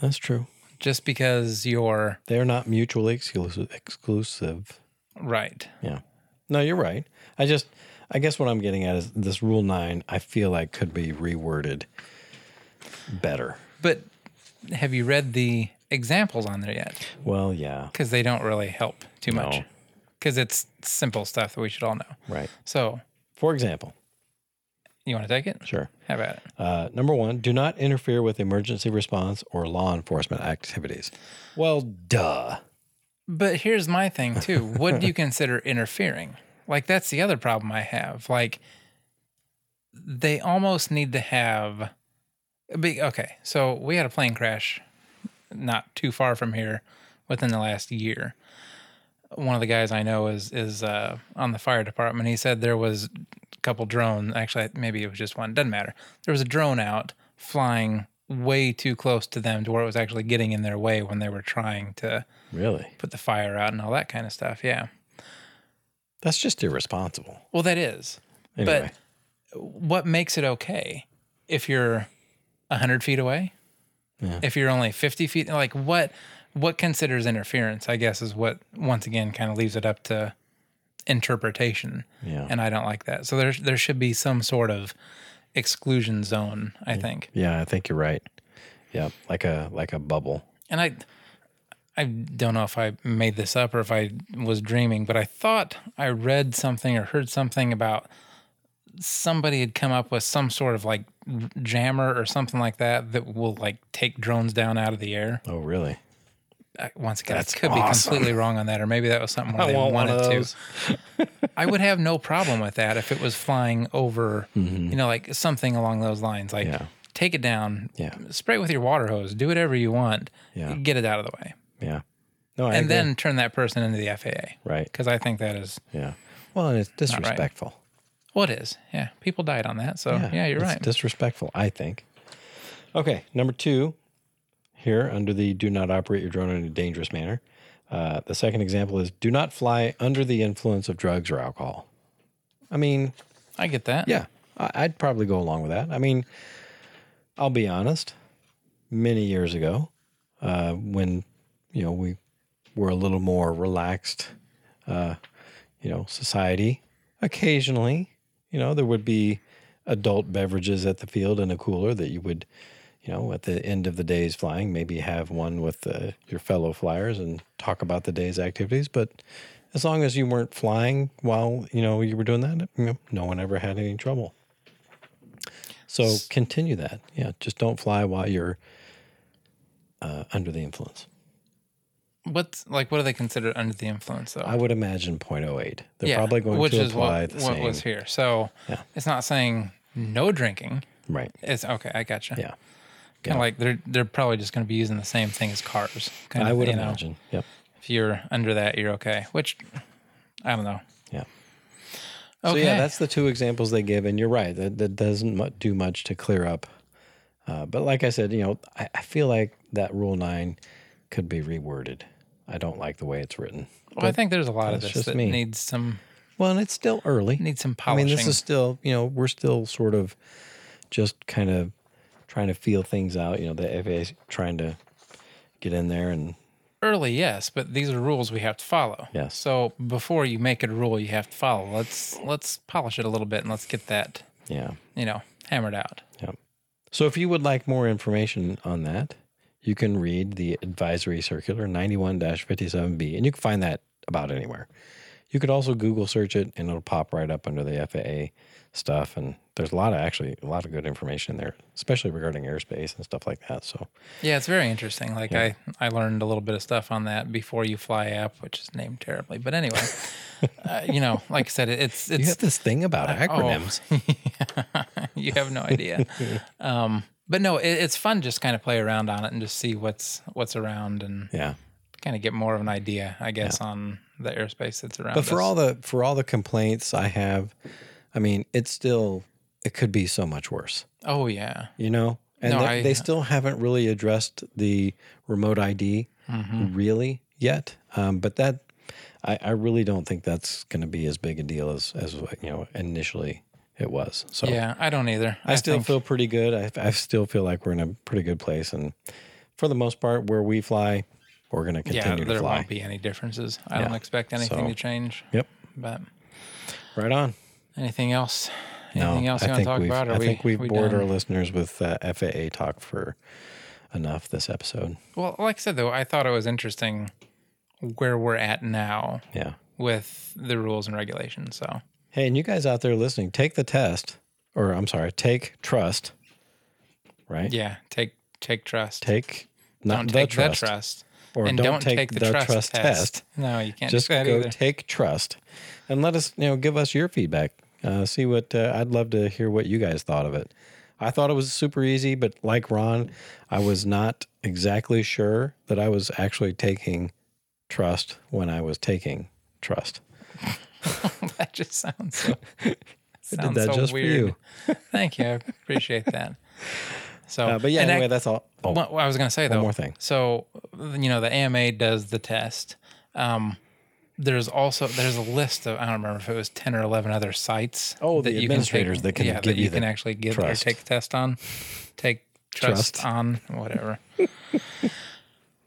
Speaker 2: That's true.
Speaker 1: Just because you're
Speaker 2: They're not mutually exclusive. exclusive.
Speaker 1: right.
Speaker 2: Yeah. No, you're right. I just, I guess what I'm getting at is this rule nine, I feel like could be reworded better.
Speaker 1: But have you read the examples on there yet?
Speaker 2: Well, yeah.
Speaker 1: Because they don't really help too
Speaker 2: No.
Speaker 1: much. Because it's simple stuff that we should all know.
Speaker 2: Right.
Speaker 1: So
Speaker 2: For example,
Speaker 1: you want to take it?
Speaker 2: sure.
Speaker 1: How about it?
Speaker 2: Uh, number one, do not interfere with emergency response or law enforcement activities. Well, duh.
Speaker 1: But here's my thing too. What do you consider interfering? Like that's the other problem I have. Like they almost need to have be okay. So we had a plane crash not too far from here within the last year. One of the guys I know is is uh, on the fire department. He said there was a couple drone. Actually, maybe it was just one. Doesn't matter. There was a drone out flying way too close to them to where it was actually getting in their way when they were trying to
Speaker 2: Really?
Speaker 1: put the fire out and all that kind of stuff. Yeah.
Speaker 2: That's just irresponsible.
Speaker 1: Well, that is.
Speaker 2: Anyway,
Speaker 1: But what makes it okay if you're 100 feet away?
Speaker 2: Yeah.
Speaker 1: If you're only 50 feet, like what what considers interference, I guess is what once again kind of leaves it up to interpretation.
Speaker 2: yeah.
Speaker 1: And I don't like that. So there there should be some sort of exclusion zone, I think.
Speaker 2: yeah, I think you're right. Yeah, like a like a bubble.
Speaker 1: and I I don't know if I made this up or if I was dreaming, but I thought I read something or heard something about somebody had come up with some sort of like jammer or something like that that will like take drones down out of the air.
Speaker 2: Oh, really?
Speaker 1: I- Once again,
Speaker 2: That's
Speaker 1: I could be
Speaker 2: awesome.
Speaker 1: completely wrong on that, or maybe that was something where
Speaker 2: I
Speaker 1: they
Speaker 2: want one
Speaker 1: wanted to.
Speaker 2: of those.
Speaker 1: I would have no problem with that if it was flying over, you know, like something along those lines. Like,
Speaker 2: Mm-hmm. Yeah.
Speaker 1: take it down,
Speaker 2: Yeah.
Speaker 1: spray it with your water hose, do whatever you want,
Speaker 2: Yeah.
Speaker 1: get it out of the way
Speaker 2: Yeah. No, I
Speaker 1: and
Speaker 2: agree.
Speaker 1: then turn that person into the FAA
Speaker 2: right.
Speaker 1: because I think that is
Speaker 2: Yeah. Well, and it's
Speaker 1: right.
Speaker 2: disrespectful.
Speaker 1: what is. Yeah, people died on that, so Oh, yeah, you're
Speaker 2: it's
Speaker 1: right.
Speaker 2: Disrespectful, I think. Okay, number two here under the do not operate your drone in a dangerous manner. Uh, the second example is do not fly under the influence of drugs or alcohol. I mean,
Speaker 1: I get that.
Speaker 2: yeah, I, I'd probably go along with that. I mean, I'll be honest. Many years ago, uh, when you know we were a little more relaxed, uh, you know, society. Occasionally, you know, there would be adult beverages at the field in a cooler that you would, you know, at the end of the day's flying, maybe have one with uh, your fellow flyers and talk about the day's activities. But as long as you weren't flying while you know you were doing that, you know, no one ever had any trouble. So continue that. Yeah, just don't fly while you're uh, under the influence.
Speaker 1: What's like what do they consider under the influence though?
Speaker 2: I would imagine 0.08. Uh, They're
Speaker 1: yeah,
Speaker 2: probably going
Speaker 1: which
Speaker 2: to
Speaker 1: is
Speaker 2: apply
Speaker 1: what,
Speaker 2: the
Speaker 1: what
Speaker 2: same.
Speaker 1: was here. So
Speaker 2: Yeah.
Speaker 1: it's not saying no drinking.
Speaker 2: Right.
Speaker 1: It's okay. I gotcha.
Speaker 2: Yeah.
Speaker 1: Kind of like they're they're probably just going to be using the same thing as cars. Kind
Speaker 2: I
Speaker 1: of,
Speaker 2: would
Speaker 1: you know,
Speaker 2: imagine. Yep.
Speaker 1: if you're under that, you're okay. Which I don't know.
Speaker 2: Yeah.
Speaker 1: Okay.
Speaker 2: So yeah, that's the two examples they give, and you're right. That that doesn't mu- do much to clear up. Uh, but like I said, you know, I, I feel like that rule nine could be reworded. I don't like the way it's written.
Speaker 1: well, I think there's a lot of
Speaker 2: that's
Speaker 1: this
Speaker 2: just
Speaker 1: that
Speaker 2: me.
Speaker 1: needs some
Speaker 2: Well, and it's still early.
Speaker 1: needs some
Speaker 2: I
Speaker 1: polishing.
Speaker 2: mean, this is still, you know, we're still sort of just kind of trying to feel things out. You know, the FAA's trying to get in there and
Speaker 1: early, yes, but these are rules we have to follow.
Speaker 2: Yes.
Speaker 1: So before you make it a rule, you have to follow. Let's let's polish it a little bit and let's get that
Speaker 2: yeah.
Speaker 1: you know hammered out.
Speaker 2: So if you would like more information on that, you can read the advisory circular 91-57B and you can find that about anywhere. You could also Google search it and it'll pop right up under the FAA stuff and there's a lot of actually a lot of good information there, especially regarding airspace and stuff like that. So
Speaker 1: Yeah, it's very interesting. Like I, I learned a little bit of stuff on that before you fly app, which is named terribly. But anyway, uh, you know, like I said, it, it's oh.
Speaker 2: you
Speaker 1: it's
Speaker 2: have this thing about acronyms.
Speaker 1: you have no idea. um, but no, it, it's fun just kind of play around on it and just see what's what's around and
Speaker 2: Yeah.
Speaker 1: kind of get more of an idea, I guess, on the airspace that's around.
Speaker 2: But for
Speaker 1: us.
Speaker 2: all the for all the complaints I have, I mean, it's still it could be so much worse,
Speaker 1: oh yeah,
Speaker 2: you know. And
Speaker 1: No,
Speaker 2: they,
Speaker 1: I-
Speaker 2: they still haven't really addressed the remote ID
Speaker 1: Mm-hmm.
Speaker 2: really yet. Um, but that I, I really don't think that's going to be as big a deal as as what, you know initially it was. So
Speaker 1: yeah, I don't either.
Speaker 2: I, still
Speaker 1: think-
Speaker 2: feel pretty good. I, I still feel like we're in a pretty good place, and for the most part, where we fly, we're going to
Speaker 1: yeah,
Speaker 2: continue to
Speaker 1: there
Speaker 2: fly.
Speaker 1: won't be any differences. I don't
Speaker 2: Yeah.
Speaker 1: expect anything
Speaker 2: So-
Speaker 1: to change.
Speaker 2: Yep,
Speaker 1: But
Speaker 2: right on.
Speaker 1: anything else?
Speaker 2: No,
Speaker 1: Anything else you
Speaker 2: I
Speaker 1: want to
Speaker 2: think
Speaker 1: talk
Speaker 2: we've,
Speaker 1: about? Or
Speaker 2: I think
Speaker 1: we,
Speaker 2: we've
Speaker 1: we
Speaker 2: bored
Speaker 1: done?
Speaker 2: our listeners with uh, FAA talk for enough this episode.
Speaker 1: Well, like I said though, I thought it was interesting where we're at now
Speaker 2: Yeah.
Speaker 1: with the rules and regulations. So
Speaker 2: Hey, and you guys out there listening, take the test, or I'm sorry, take trust, right?
Speaker 1: yeah, take take trust.
Speaker 2: Take not
Speaker 1: don't
Speaker 2: the,
Speaker 1: take
Speaker 2: trust,
Speaker 1: the trust.
Speaker 2: or
Speaker 1: and don't, take, the, trust, test.
Speaker 2: test.
Speaker 1: No, you can't
Speaker 2: Just
Speaker 1: do that
Speaker 2: go
Speaker 1: either.
Speaker 2: take trust, and let us you know give us your feedback. Uh, see what uh, I'd love to hear what you guys thought of it. I thought it was super easy, but like Ron, I was not exactly sure that I was actually taking trust when I was taking trust.
Speaker 1: that just sounds so,
Speaker 2: I
Speaker 1: sounds
Speaker 2: did that
Speaker 1: so
Speaker 2: just
Speaker 1: weird.
Speaker 2: for you.
Speaker 1: Thank you. I appreciate that. So,
Speaker 2: Uh, but yeah,
Speaker 1: and that-
Speaker 2: anyway, that's all. Oh,
Speaker 1: What what I was going to say though.
Speaker 2: more thing.
Speaker 1: So, you know, the AMA does the test. Um, there's also there's a list of I don't remember if it was ten or eleven other sites.
Speaker 2: Oh, the
Speaker 1: you
Speaker 2: administrators that can
Speaker 1: yeah,
Speaker 2: give
Speaker 1: that you,
Speaker 2: you the
Speaker 1: can actually give
Speaker 2: trust.
Speaker 1: or take the test on, take trust,
Speaker 2: Trust.
Speaker 1: on whatever.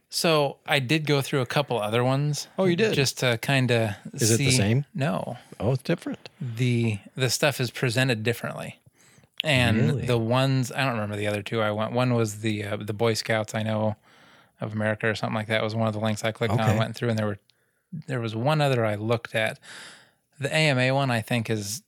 Speaker 1: so I did go through a couple other ones.
Speaker 2: Oh, you did?
Speaker 1: Just to kind of
Speaker 2: Is it the same?
Speaker 1: No,
Speaker 2: oh, it's different.
Speaker 1: the the stuff is presented differently. And
Speaker 2: Really?
Speaker 1: the ones I don't remember the other two I went. One was the uh, the Boy Scouts I know of America or something like that was one of the links I clicked on
Speaker 2: Okay.
Speaker 1: and went through and there were there was one other I looked at. The AMA one I think is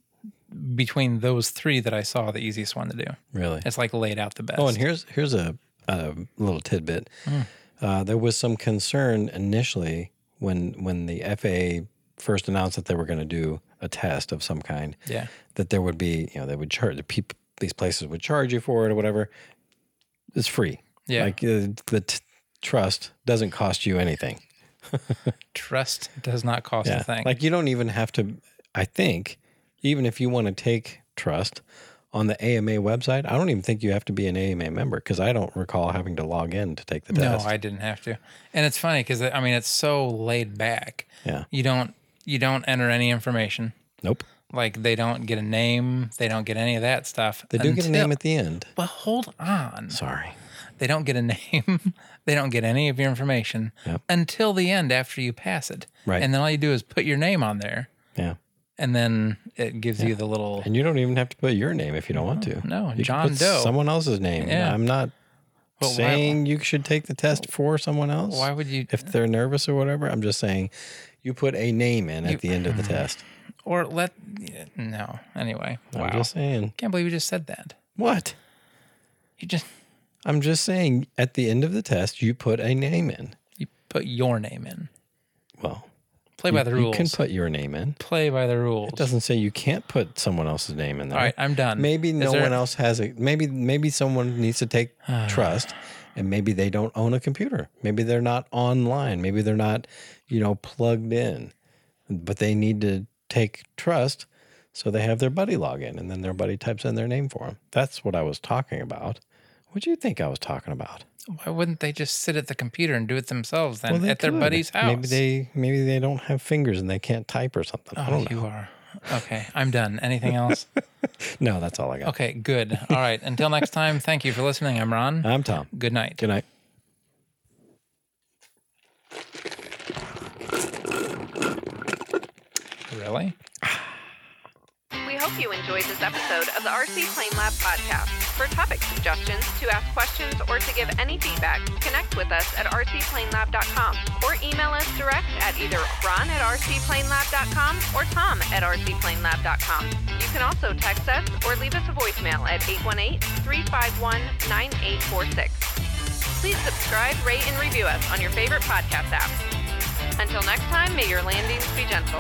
Speaker 1: between those three that I saw the easiest one to do.
Speaker 2: Really?
Speaker 1: It's like laid out the best.
Speaker 2: Oh, and here's here's a, a little tidbit.
Speaker 1: Hmm.
Speaker 2: Uh, there was some concern initially when when the FAA first announced that they were going to do a test of some kind
Speaker 1: yeah.
Speaker 2: that there would be you know they would charge the peop these places would charge you for it or whatever. It's free.
Speaker 1: Yeah.
Speaker 2: Like uh, the t- trust doesn't cost you anything.
Speaker 1: Trust does not cost a thing.
Speaker 2: Like you don't even have to. I think even if you want to take trust on the AMA website, I don't even think you have to be an AMA member because I don't recall having to log in to take the
Speaker 1: no,
Speaker 2: test.
Speaker 1: I didn't have to. And it's funny cuz I mean it's so laid back.
Speaker 2: yeah.
Speaker 1: You don't you don't enter any information.
Speaker 2: Nope.
Speaker 1: Like they don't get a name, they don't get any of that stuff.
Speaker 2: They do get a name at the end.
Speaker 1: Well, hold on.
Speaker 2: Sorry.
Speaker 1: They don't get a name. they don't get any of your information
Speaker 2: Yep.
Speaker 1: until the end after you pass it.
Speaker 2: Right.
Speaker 1: And then all you do is put your name on there,
Speaker 2: Yeah.
Speaker 1: and then it gives you the little
Speaker 2: And you don't even have to put your name if you don't want to.
Speaker 1: no,
Speaker 2: You can
Speaker 1: John
Speaker 2: put
Speaker 1: Doe.
Speaker 2: Someone else's name.
Speaker 1: Yeah.
Speaker 2: I'm not
Speaker 1: But why-
Speaker 2: saying you should take the test for someone else.
Speaker 1: Why would you?
Speaker 2: if they're nervous or whatever, I'm just saying you put a name in at the end of the test.
Speaker 1: Or let no. Anyway, wow.
Speaker 2: I'm just saying.
Speaker 1: Can't believe you just said that.
Speaker 2: What?
Speaker 1: You just
Speaker 2: I'm just saying at the end of the test, you put a name in.
Speaker 1: you put your name in.
Speaker 2: Well,
Speaker 1: Play by the
Speaker 2: You
Speaker 1: rules.
Speaker 2: can put your name in.
Speaker 1: Play by the rules.
Speaker 2: It doesn't say you can't put someone else's name in there.
Speaker 1: All right, I'm done.
Speaker 2: Maybe
Speaker 1: Mm. Is
Speaker 2: no
Speaker 1: there- Ah.
Speaker 2: one else has it. Maybe maybe someone needs to take trust, and maybe they don't own a computer. Maybe they're not online. Maybe they're not, you know, plugged in. But they need to take trust, so they have their buddy log in, and then their buddy types in their name for them. That's what I was talking about. What do you think I was talking about?
Speaker 1: Why wouldn't they just sit at the computer and do it themselves then
Speaker 2: they
Speaker 1: at their
Speaker 2: could.
Speaker 1: buddy's house?
Speaker 2: Maybe they maybe they don't have fingers and they can't type or something. I
Speaker 1: Oh,
Speaker 2: don't know.
Speaker 1: you are. Okay, I'm done. Anything else?
Speaker 2: No, that's all I got.
Speaker 1: Okay, good. All right. Until next time, thank you for listening. I'm Ron.
Speaker 2: I'm Tom.
Speaker 1: Good night.
Speaker 2: Good night.
Speaker 1: Really?
Speaker 3: We hope you enjoyed this episode of the RC Plane Lab podcast. For topic suggestions, to ask questions, or to give any feedback, connect with us at rcplanelab.com or email us direct at either ron at rcplanelab.com or tom at rcplanelab.com. You can also text us or leave us a voicemail at 818-351-9846. Please subscribe, rate, and review us on your favorite podcast app. Until next time, may your landings be gentle.